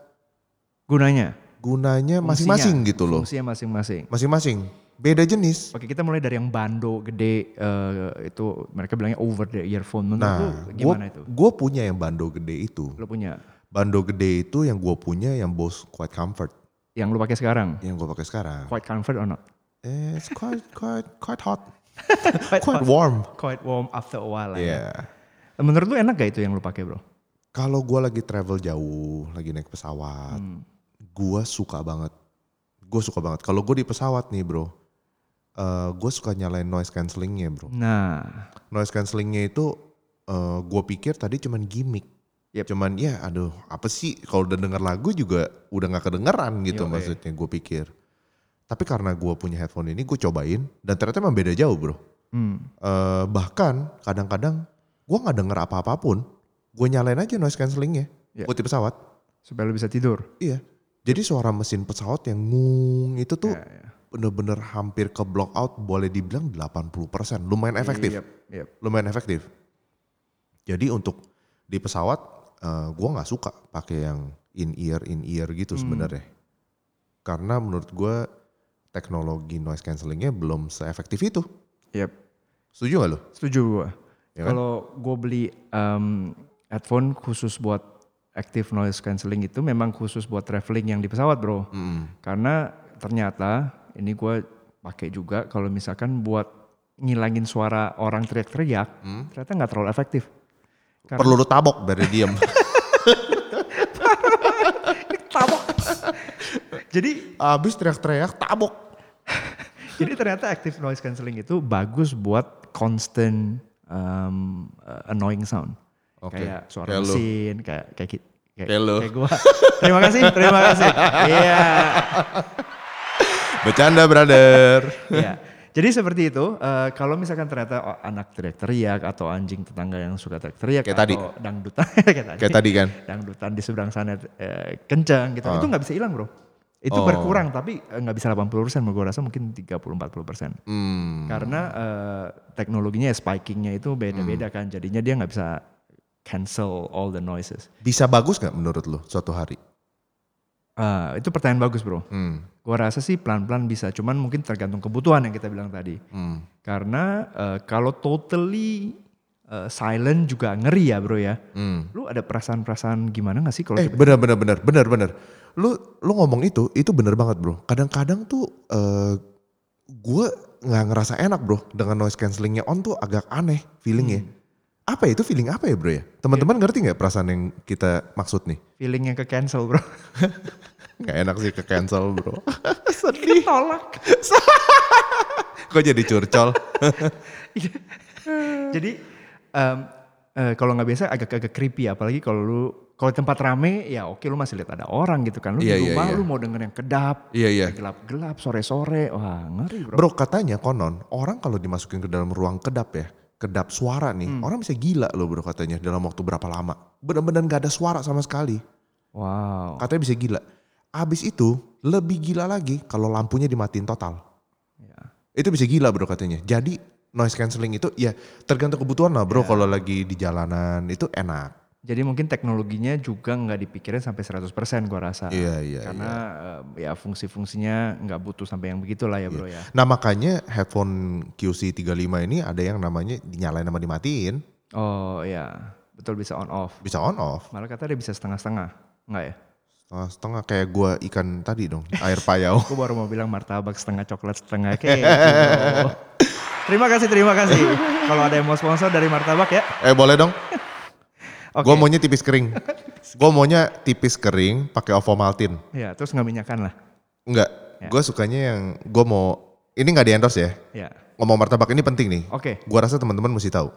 B: gunanya
A: gunanya
B: fungsinya,
A: masing-masing gitu loh
B: Fungsinya masing-masing.
A: masing-masing beda jenis
B: Oke, kita mulai dari yang bando gede eh, itu mereka bilangnya over the earphone. Menurut lu
A: nah
B: gimana itu?
A: gue punya yang bando gede itu
B: Lu punya
A: bando gede itu yang gue punya yang Bose Quiet Comfort
B: yang lu pakai sekarang?
A: yang gue pakai sekarang
B: Quite comfort or not?
A: Eh, it's quite quite quite hot
B: Quite,
A: quite warm
B: quite warm after a while. lah ya.
A: ya
B: Menurut lu enak gak itu yang lu pakai, Bro?
A: kalau gue lagi travel jauh lagi naik pesawat
B: Hmm.
A: gue suka banget gue suka banget kalau gue di pesawat nih bro gue suka nyalain noise cancellingnya bro
B: Nah,
A: noise cancellingnya itu gue pikir tadi cuman gimmick
B: Yep.
A: cuman ya aduh apa sih kalau udah denger lagu juga udah nggak kedengeran gitu
B: Yoi.
A: maksudnya gue pikir tapi karena gue punya headphone ini gue cobain dan ternyata emang beda jauh bro
B: hmm.
A: Eh, bahkan kadang-kadang gue nggak denger apa-apapun gue nyalain aja noise cancellingnya
B: Iya.
A: buat di pesawat
B: supaya lu bisa tidur.
A: Iya. Jadi suara mesin pesawat yang ngung itu tuh
B: Ya, ya.
A: bener-bener hampir ke block out boleh dibilang 80%. Lumayan efektif.
B: Yep, yep.
A: Lumayan efektif. Jadi untuk di pesawat eh, gua nggak suka pakai yang in ear in ear gitu sebenarnya. Karena menurut gua teknologi noise cancellingnya belum seefektif itu.
B: Yep.
A: Setuju gak lo?
B: Setuju gue.
A: Ya kan?
B: Kalau gue beli em, headphone khusus buat active noise cancelling itu memang khusus buat traveling yang di pesawat bro.
A: Hmm.
B: Karena ternyata ini gue pakai juga kalau misalkan buat ngilangin suara orang teriak-teriak
A: Hmm.
B: ternyata nggak terlalu efektif. Karena-
A: Perlu lu tabok biar dia diem.
B: Tabok. Jadi
A: Abis teriak-teriak tabok.
B: Jadi ternyata active noise cancelling itu bagus buat constant um, uh, annoying sound.
A: Oke.
B: Kayak suara
A: Kayak lu.
B: mesin, kayak kayak ki- kayak,
A: Kayak lu.
B: kayak gua. Terima kasih, terima kasih. Iya.
A: Bercanda brother.
B: Iya. Jadi seperti itu, eh, kalau misalkan ternyata oh, anak teriak-teriak atau anjing tetangga yang suka teriak-teriak
A: Kayak tadi.
B: atau dangdutan kayak tadi.
A: Kayak tadi kan.
B: dangdutan di seberang sana eh, kencang gitu. Itu nggak bisa hilang, Bro. Itu
A: Oh.
B: berkurang tapi eh, nggak bisa 80%, gue rasa mungkin 30 40%.
A: Hmm. Hmm.
B: Karena eh, teknologinya spikingnya itu beda-beda kan. Jadinya dia nggak bisa cancel all the noises.
A: Bisa bagus nggak menurut lo suatu hari?
B: Eh, itu pertanyaan bagus, Bro.
A: Hmm.
B: Gua rasa sih pelan-pelan bisa, cuman mungkin tergantung kebutuhan yang kita bilang tadi.
A: Hmm.
B: Karena eh, kalau totally eh, silent juga ngeri ya bro ya.
A: Hmm.
B: Lu ada perasaan-perasaan gimana gak sih kalau
A: Eh
B: tiba-
A: benar benar benar benar benar. Lu lu ngomong itu itu benar banget bro. Kadang-kadang tuh eh gue nggak ngerasa enak bro dengan noise cancellingnya on tuh agak aneh feelingnya. Apa ya itu feeling apa ya bro ya? Teman-teman ngerti nggak perasaan yang kita maksud nih?
B: feelingnya ke cancel bro?
A: Nggak enak sih ke cancel bro.
B: Sedih. Tolak.
A: Kok jadi curcol?
B: Jadi em, eh, kalau nggak biasa agak-agak creepy apalagi kalau lu kalau di tempat rame ya oke lu masih lihat ada orang gitu kan. Lu
A: Iya,
B: di
A: iya,
B: rumah
A: iya.
B: lu mau denger yang kedap,
A: Iya iya.
B: gelap-gelap sore-sore. Wah ngeri bro.
A: Bro katanya konon orang kalau dimasukin ke dalam ruang kedap ya kedap suara nih orang bisa gila loh bro katanya dalam waktu berapa lama benar-benar nggak ada suara sama sekali
B: Wow.
A: katanya bisa gila abis itu lebih gila lagi kalau lampunya dimatiin total
B: Ya.
A: itu bisa gila bro katanya jadi noise cancelling itu ya tergantung kebutuhan lah
B: Iya.
A: bro kalau lagi di jalanan itu enak
B: Jadi mungkin teknologinya juga nggak dipikirin sampai 100% gua rasa.
A: iya iya
B: Nah, karena eh, ya fungsi-fungsinya nggak butuh sampai yang begitulah ya bro ya.
A: nah makanya headphone QC35 ini ada yang namanya dinyalain sama dimatiin
B: Oh ya betul bisa on off.
A: bisa on off
B: Malah kata dia bisa setengah-setengah, nggak ya?
A: setengah setengah kayak gua ikan tadi dong air payau
B: Gue baru mau bilang martabak setengah coklat setengah keju. terima kasih, terima kasih. Kalau ada yang mau sponsor dari martabak ya.
A: eh boleh dong
B: Oke.
A: gua maunya tipis kering gua maunya tipis kering pakai ovomaltin
B: Ya terus nggak minyakan lah.
A: enggak gua sukanya yang gua mau ini nggak di endorse ya
B: Ya.
A: ngomong martabak ini penting nih
B: Oke.
A: gua rasa teman-teman mesti tahu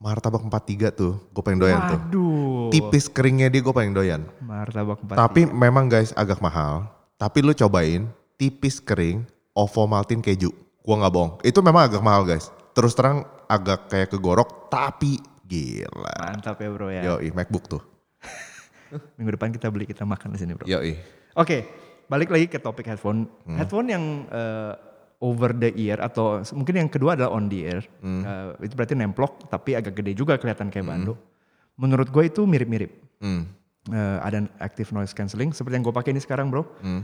A: martabak 43 tuh gua pengen doyan tuh
B: Aduh.
A: tipis keringnya dia gua pengen doyan
B: Martabak empat.
A: tapi memang guys agak mahal tapi lu cobain tipis kering ovomaltin keju gua nggak bohong itu memang agak mahal guys terus terang agak kayak kegorok tapi gila
B: Mantap ya bro ya.
A: Yoi, MacBook tuh.
B: Minggu depan kita beli kita makan di sini bro.
A: Yoi.
B: Oke, balik lagi ke topik headphone.
A: Hmm.
B: Headphone yang eh, over the ear atau se- mungkin yang kedua adalah on the ear.
A: Hmm.
B: Eh, itu berarti nemplok tapi agak gede juga kelihatan kayak bando. Menurut gue itu mirip-mirip.
A: Hmm.
B: Eh, ada active noise cancelling seperti yang gue pakai ini sekarang bro.
A: Hmm.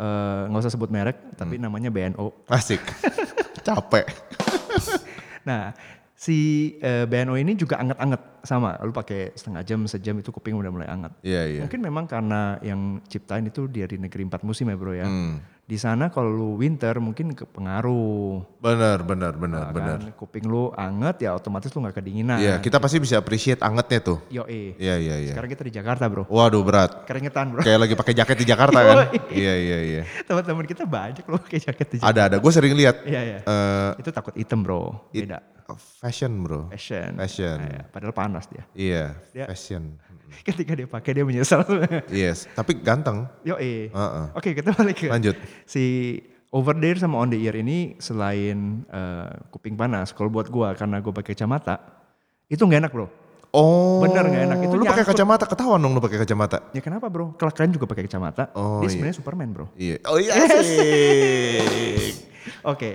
B: Eh, Nggak usah sebut merek tapi namanya BNO.
A: Asik. Capek.
B: Nah, si eh, BNO ini juga anget-anget sama. Lu pakai setengah jam, sejam itu kuping udah mulai anget.
A: Iya, iya.
B: Mungkin memang karena yang ciptain itu dari negeri empat musim ya bro ya.
A: Hmm.
B: Di sana kalau lu winter mungkin ke pengaruh.
A: Benar, benar, benar,
B: Kan,
A: benar.
B: Kuping lu anget ya otomatis lu nggak kedinginan.
A: Iya, kita pasti bisa appreciate angetnya tuh.
B: Yoi.
A: Iya, iya, iya.
B: Sekarang kita di Jakarta bro.
A: Waduh, berat.
B: Keringetan bro.
A: Kayak lagi pakai jaket di Jakarta kan? Iya, iya, iya.
B: Teman-teman kita banyak loh pakai jaket di Jakarta.
A: Ada, ada. Gue sering lihat
B: Iya iya.
A: eh
B: Itu takut hitam bro. Beda.
A: fashion, Bro.
B: Fashion. Ya.
A: Fashion.
B: Nah, ya. Padahal panas dia.
A: Iya,
B: Dia-
A: fashion.
B: Ketika dia pakai dia menyesal.
A: Yes, tapi ganteng.
B: Yoi.
A: Heeh.
B: Oke kita balik ke
A: Lanjut.
B: si over the ear sama on the ear ini selain eh, kuping panas. Kalau buat gua karena gua pakai kacamata itu nggak enak bro.
A: Oh.
B: Bener, nggak enak. Itu
A: Lu pakai
B: nyangkut.
A: kacamata ketahuan dong lu pakai kacamata.
B: Ya kenapa bro? Kalau kalian juga pakai kacamata,
A: Oh, iya.
B: dia sebenarnya Superman bro.
A: Iya. Oh iya asik.
B: Oke,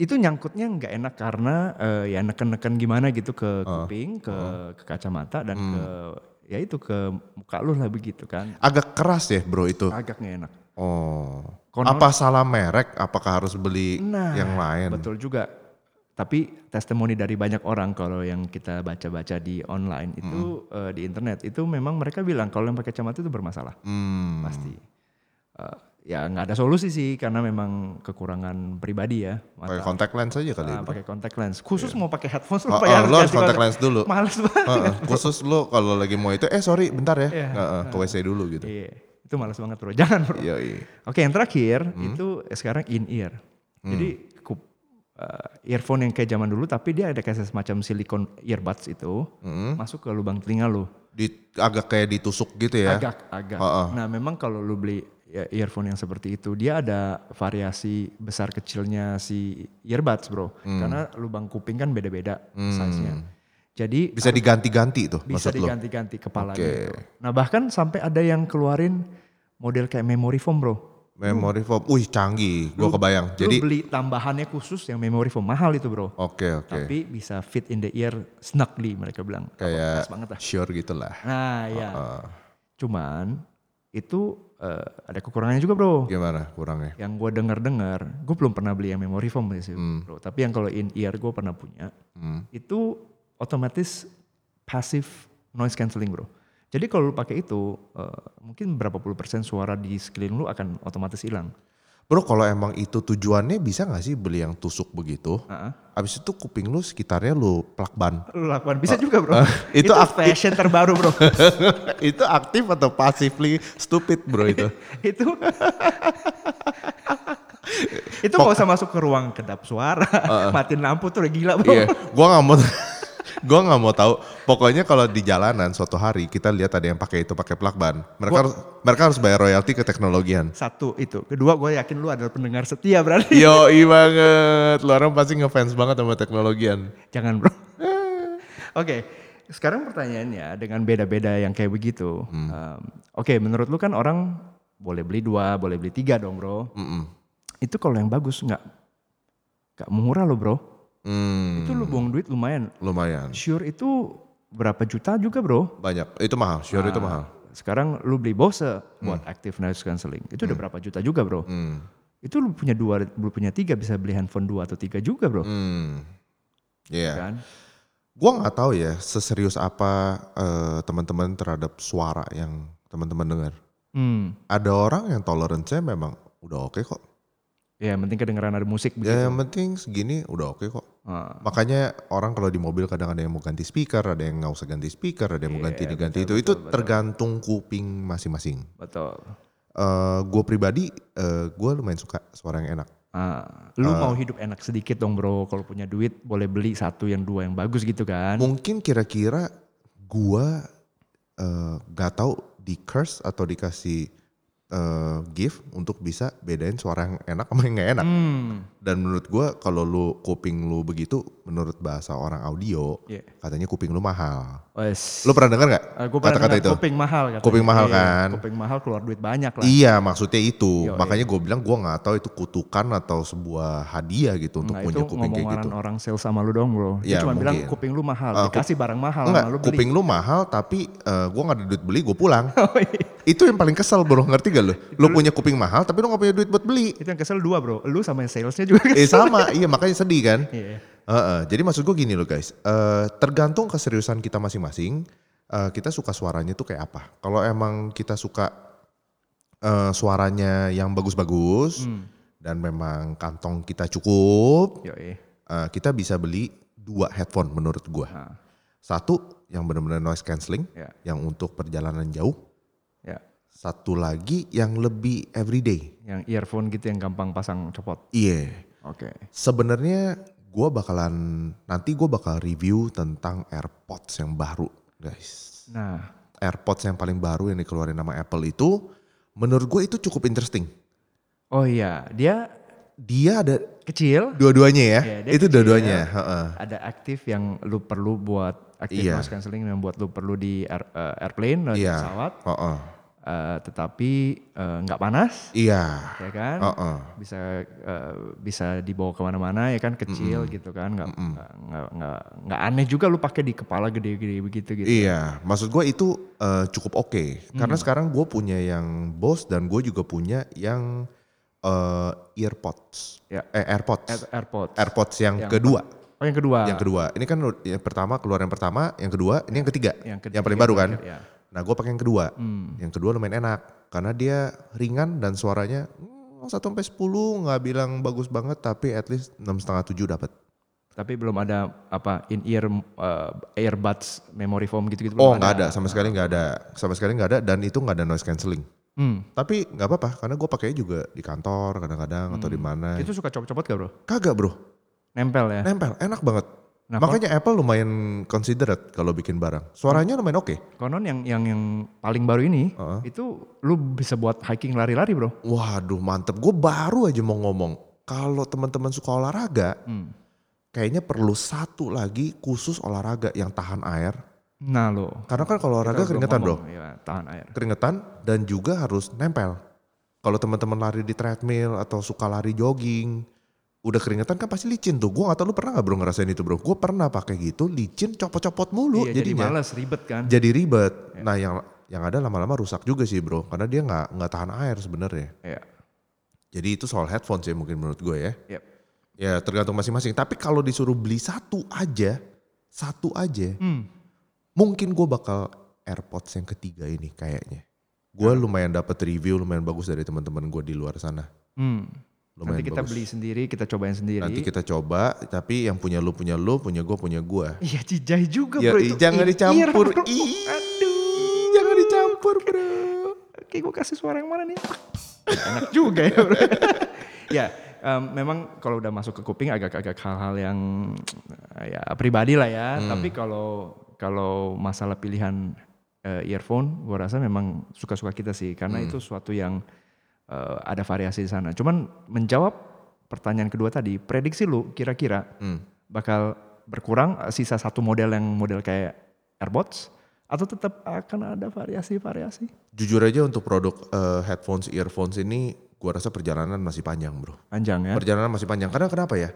B: itu nyangkutnya nggak enak karena eh, ya neken-neken gimana gitu ke
A: Oh.
B: kuping, ke, ke kacamata dan
A: Hmm.
B: ke ya itu ke muka lu lah begitu kan.
A: Agak keras ya, Bro itu.
B: Agak nggak enak.
A: Oh.
B: Konon-
A: Apa salah merek? Apakah harus beli
B: Nah,
A: yang lain?
B: Betul juga. Tapi testimoni dari banyak orang kalau yang kita baca-baca di online itu eh, di internet itu memang mereka bilang kalau yang pakai kacamata itu bermasalah.
A: Hmm.
B: pasti Eh, ya nggak ada solusi sih karena memang kekurangan pribadi ya mata.
A: Pakai contact lens aja kali.
B: Nah,
A: ya, Bro.
B: pakai contact lens khusus mau pakai headphone
A: Oh,
B: supaya
A: oh, lo harus contact lens dulu.
B: males banget
A: Heeh, Khusus lo kalau lagi mau itu, eh sorry bentar ya,
B: Iya.
A: Heeh, ke WC dulu gitu.
B: Iya, itu males banget bro jangan bro
A: Iya, iya.
B: oke yang terakhir itu eh, sekarang in ear
A: Hmm.
B: Jadi ku- eh, earphone yang kayak zaman dulu tapi dia ada kayak semacam silikon earbuds itu
A: Hmm?
B: masuk ke lubang telinga lu.
A: Di, agak kayak ditusuk gitu ya.
B: Agak, agak.
A: Ha-ha.
B: Nah memang kalau lu beli ya, earphone yang seperti itu, dia ada variasi besar kecilnya si earbuds bro.
A: Hmm.
B: Karena lubang kuping kan beda-beda size-nya. Jadi
A: Bisa diganti-ganti tuh
B: bisa
A: maksud lo.
B: diganti-ganti kepalanya.
A: Oke.
B: gitu. Nah bahkan sampai ada yang keluarin model kayak memory foam bro.
A: Memory foam. Wih canggih, gua kebayang.
B: Jadi,
A: Jadi
B: beli tambahannya khusus yang memory foam mahal itu bro.
A: oke oke.
B: Tapi bisa fit in the ear snugly mereka bilang.
A: Kayak
B: Pas banget lah.
A: sure gitu lah.
B: Nah ya. Cuman itu eh, ada kekurangannya juga bro.
A: Gimana kurangnya?
B: Yang gue denger-dengar, gue belum pernah beli yang memory foam sih bro. Tapi yang kalau in ear gue pernah punya.
A: Hmm.
B: Itu otomatis passive noise cancelling bro. Jadi kalau lu pakai itu, eh, mungkin berapa puluh persen suara di sekeliling lu akan otomatis hilang.
A: Bro kalau emang itu tujuannya bisa gak sih beli yang tusuk begitu?
B: Heeh.
A: Abis itu kuping lu sekitarnya lu plak ban.
B: Lu lakukan bisa juga bro.
A: Eh, itu aktif.
B: fashion terbaru bro.
A: itu aktif atau passively stupid bro itu?
B: itu itu nggak usah masuk ke ruang kedap suara, matiin lampu tuh udah gila bro.
A: Eh, Iya, gua nggak mau gua nggak mau tahu. Pokoknya kalau di jalanan suatu hari kita lihat ada yang pakai itu pakai plakban. Mereka harus, mereka harus bayar royalti ke teknologian.
B: Satu itu, kedua gue yakin lu adalah pendengar setia berarti.
A: Yo, banget. Lu orang pasti ngefans banget sama teknologian.
B: Jangan bro. Oke, sekarang pertanyaannya dengan beda-beda yang kayak begitu.
A: Hmm.
B: um, Oke, menurut lu kan orang boleh beli dua, boleh beli tiga dong bro.
A: Mm-mm.
B: Itu kalau yang bagus nggak nggak murah lo bro.
A: Hmm,
B: Itu lu buang duit lumayan.
A: lumayan.
B: Sure itu berapa juta juga bro.
A: Banyak. Itu mahal. Sure
B: Ah.
A: itu mahal.
B: Sekarang lu beli Bose buat active noise cancelling. Itu udah berapa juta juga, Bro?
A: Hmm.
B: Itu lu punya dua, lu punya tiga bisa beli handphone dua atau tiga juga, Bro.
A: Hmm. Iya.
B: Kan?
A: Gua nggak tahu ya seserius apa eh, teman-teman terhadap suara yang teman-teman dengar.
B: Hmm.
A: Ada orang yang toleransinya memang udah oke kok.
B: Ya, yang penting kedengeran ada musik begitu.
A: Ya yang penting segini udah oke kok.
B: Ah,
A: Makanya orang kalau di mobil kadang ada yang mau ganti speaker, ada yang nggak usah ganti speaker, ada yang mau ganti ini ganti itu. itu tergantung kuping masing-masing.
B: betul.
A: Eh gue pribadi, eh gue lumayan suka suara yang enak.
B: Ah,
A: Eh.
B: lu mau hidup enak sedikit dong, Bro. Kalau punya duit boleh beli satu yang dua yang bagus gitu kan.
A: Mungkin kira-kira gue eh gak tahu di curse atau dikasih eh gift untuk bisa bedain suara yang enak sama yang gak enak.
B: Hmm.
A: Dan menurut gue kalau lu kuping lu begitu, menurut bahasa orang audio,
B: Iya.
A: katanya kuping lu mahal.
B: Wes.
A: Lu pernah dengar nggak
B: Ah, gua pernah
A: kata-kata
B: dengar
A: itu?
B: Kuping mahal katanya.
A: Kuping mahal
B: Iya,
A: kan?
B: Kuping mahal keluar duit banyak lah.
A: Iya maksudnya itu.
B: Yo,
A: Makanya gue bilang gue nggak tahu itu kutukan atau sebuah hadiah gitu untuk
B: Nah,
A: punya
B: itu
A: kuping kayak
B: ngomongan
A: gitu.
B: orang sales sama lu dong bro. Dia
A: Ya,
B: cuma bilang
A: mungkin.
B: kuping lu mahal,
A: Ah,
B: dikasih barang mahal
A: Enggak,
B: sama lu beli. Oh,
A: kuping lu mahal tapi gue nggak ada duit beli gue pulang.
B: iya.
A: itu yang paling kesel bro, ngerti gak lu? Lu punya kuping mahal tapi lu nggak punya duit buat beli.
B: Itu yang kesel dua bro, lu sama yang salesnya juga
A: Eh
B: kesel.
A: sama, iya makanya sedih kan.
B: Iya.
A: Heeh, jadi maksud gue gini loh guys, Eh, tergantung keseriusan kita masing-masing, eh, kita suka suaranya tuh kayak apa. Kalau emang kita suka eh, suaranya yang bagus-bagus
B: Hmm.
A: dan memang kantong kita cukup,
B: Yoi.
A: Eh, kita bisa beli dua headphone menurut gua.
B: Ah,
A: Satu yang benar-benar noise cancelling,
B: Ya.
A: yang untuk perjalanan jauh.
B: ya.
A: Satu lagi yang lebih everyday.
B: Yang earphone gitu yang gampang pasang copot.
A: Iya.
B: Oke.
A: Sebenarnya gua bakalan nanti gua bakal review tentang AirPods yang baru, guys.
B: Nah,
A: AirPods yang paling baru yang dikeluarin nama Apple itu menurut gue itu cukup interesting.
B: oh iya, dia
A: Dia ada
B: kecil,
A: dua-duanya ya.
B: Iya, dia
A: itu
B: kecil.
A: dua-duanya, heeh.
B: ada aktif yang lu perlu buat aktif
A: Ah. Iya.
B: noise cancelling yang buat lu perlu di air- eh, airplane, di
A: Iya.
B: pesawat,
A: Heeh.
B: eh, tetapi eh, nggak panas,
A: Iya.
B: ya kan?
A: Heeh.
B: bisa eh, bisa dibawa kemana-mana ya kan kecil gitu kan nggak nggak- nggak nggak nggak aneh juga lu pakai di kepala gede-gede begitu gitu Hmm.
A: Iya, maksud gue itu eh, cukup oke karena sekarang gue punya yang Bose dan gue juga punya yang eh, earpods,
B: Ya.
A: eh AirPods,
B: Air- AirPods
A: AirPods yang, kedua,
B: oh yang kedua
A: yang kedua. Ini kan lu- yang pertama keluar yang pertama, yang kedua, ini yang ketiga, yang,
B: ketiga
A: paling baru kan.
B: terakhir, ya. Hmm.
A: Nah gue pakai yang kedua, yang kedua lumayan enak karena dia ringan dan suaranya hmm, satu sampai sepuluh nggak bilang bagus banget tapi at least enam setengah tujuh dapat.
B: tapi belum ada apa in ear eh, earbuds memory foam gitu gitu
A: Oh nggak ada sama sekali nggak ada sama sekali nggak ada dan itu nggak ada noise cancelling.
B: Hmm.
A: Tapi nggak apa-apa karena gue pakainya juga di kantor kadang-kadang atau di mana.
B: Itu suka copot-copot gak bro?
A: Kagak bro,
B: Nempel ya?
A: nempel, enak banget.
B: Nah,
A: Makanya Apple lumayan considerate kalau bikin barang. Suaranya lumayan oke.
B: Konon yang yang yang paling baru ini
A: Heeh.
B: itu lu bisa buat hiking lari-lari bro.
A: Waduh mantep, gue baru aja mau ngomong. Kalau teman-teman suka olahraga,
B: Hmm.
A: kayaknya perlu satu lagi khusus olahraga yang tahan air.
B: Nah lo.
A: Karena kan kalau olahraga keringetan bro.
B: Iya, tahan air.
A: keringetan dan juga harus nempel. Kalau teman-teman lari di treadmill atau suka lari jogging, udah keringetan kan pasti licin tuh. Gua gak tau lu pernah gak bro ngerasain itu bro. Gua pernah pakai gitu, licin copot-copot mulu
B: Iya, jadi
A: jadinya.
B: males ribet kan.
A: Jadi, ribet. Nah yang yang ada lama-lama rusak juga sih bro, karena dia nggak nggak tahan air sebenarnya.
B: Iya.
A: Jadi itu soal headphone sih mungkin menurut gue ya.
B: Yep.
A: Ya tergantung masing-masing. Tapi kalau disuruh beli satu aja, satu aja,
B: Hmm.
A: mungkin gue bakal AirPods yang ketiga ini kayaknya. Gue
B: Nah.
A: lumayan dapat review lumayan bagus dari teman-teman gue di luar sana.
B: Hmm.
A: Lumayan
B: Nanti kita
A: bagus.
B: beli sendiri, kita cobain sendiri.
A: Nanti kita coba, tapi yang punya lu punya lu, punya gue punya gue.
B: Iya, cijai juga
A: Ya
B: bro.
A: ih,
B: itu
A: jangan
B: ear,
A: dicampur,
B: bro.
A: ih,
B: Aduh.
A: jangan dicampur bro.
B: Oke, gue kasih suara yang mana nih? Enak juga ya bro. ya, em, memang kalau udah masuk ke kuping agak-agak hal-hal yang eh, ya pribadi lah ya.
A: Hmm.
B: Tapi kalau kalau masalah pilihan eh, earphone, gue rasa memang suka-suka kita sih,
A: Hmm.
B: karena itu suatu yang eh, ada variasi di sana. Cuman menjawab pertanyaan kedua tadi, prediksi lu kira-kira
A: Hmm.
B: bakal berkurang eh, sisa satu model yang model kayak AirPods atau tetap akan ada variasi-variasi?
A: Jujur aja untuk produk eh, headphones, earphones ini, gue rasa perjalanan masih panjang bro.
B: Panjang ya.
A: Perjalanan masih panjang. Karena kenapa ya?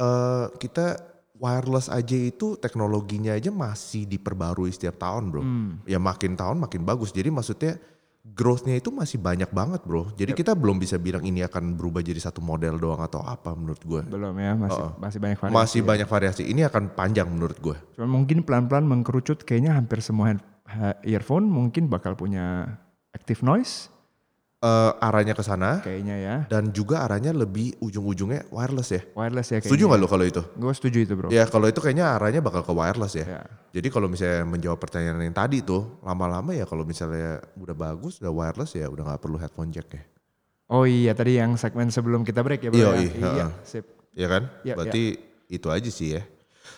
A: Eh kita wireless aja itu teknologinya aja masih diperbarui setiap tahun, bro.
B: Hmm,
A: Ya makin tahun makin bagus. Jadi maksudnya growth-nya itu masih banyak banget, bro. Jadi kita belum bisa bilang ini akan berubah jadi satu model doang atau apa menurut gue.
B: Belum ya, masih masih banyak ya. variasi.
A: Masih banyak variasi. Ini akan panjang menurut gue.
B: Cuma mungkin pelan-pelan mengkerucut kayaknya hampir semua hand- ha- earphone mungkin bakal punya active noise
A: Eh arahnya ke sana
B: kayaknya ya.
A: dan juga arahnya lebih ujung-ujungnya wireless ya.
B: Wireless ya kayaknya.
A: Setuju nggak lo kalau itu?
B: Gue setuju itu, Bro.
A: Ya kalau itu kayaknya arahnya bakal ke wireless ya.
B: Ya.
A: Jadi kalau misalnya menjawab pertanyaan yang tadi tuh lama-lama ya kalau misalnya udah bagus, udah wireless ya udah nggak perlu headphone jack ya,
B: Oh iya, tadi yang segmen sebelum kita break ya, Bro.
A: Iya,
B: ya?
A: iya,
B: iya,
A: heeh.
B: sip.
A: ya kan?
B: Ya,
A: Berarti itu aja sih ya.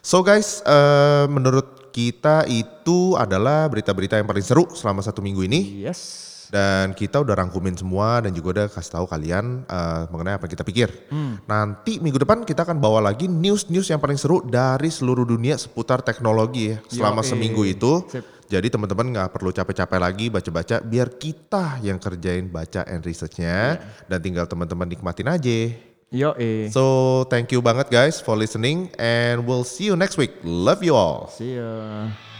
A: So guys, eh, menurut kita itu adalah berita-berita yang paling seru selama satu minggu ini.
B: Yes.
A: Dan kita udah rangkumin semua dan juga udah kasih tahu kalian eh, mengenai apa yang kita pikir.
B: Hmm.
A: Nanti minggu depan kita akan bawa lagi news-news yang paling seru dari seluruh dunia seputar teknologi ya selama
B: Yoi.
A: seminggu itu.
B: Sip.
A: Jadi teman-teman nggak perlu capek-capek lagi baca-baca, biar kita yang kerjain baca and researchnya
B: Iya.
A: dan tinggal teman-teman nikmatin aja.
B: Yo, eh.
A: So thank you banget guys for listening and we'll see you next week. Love you all.
B: See ya.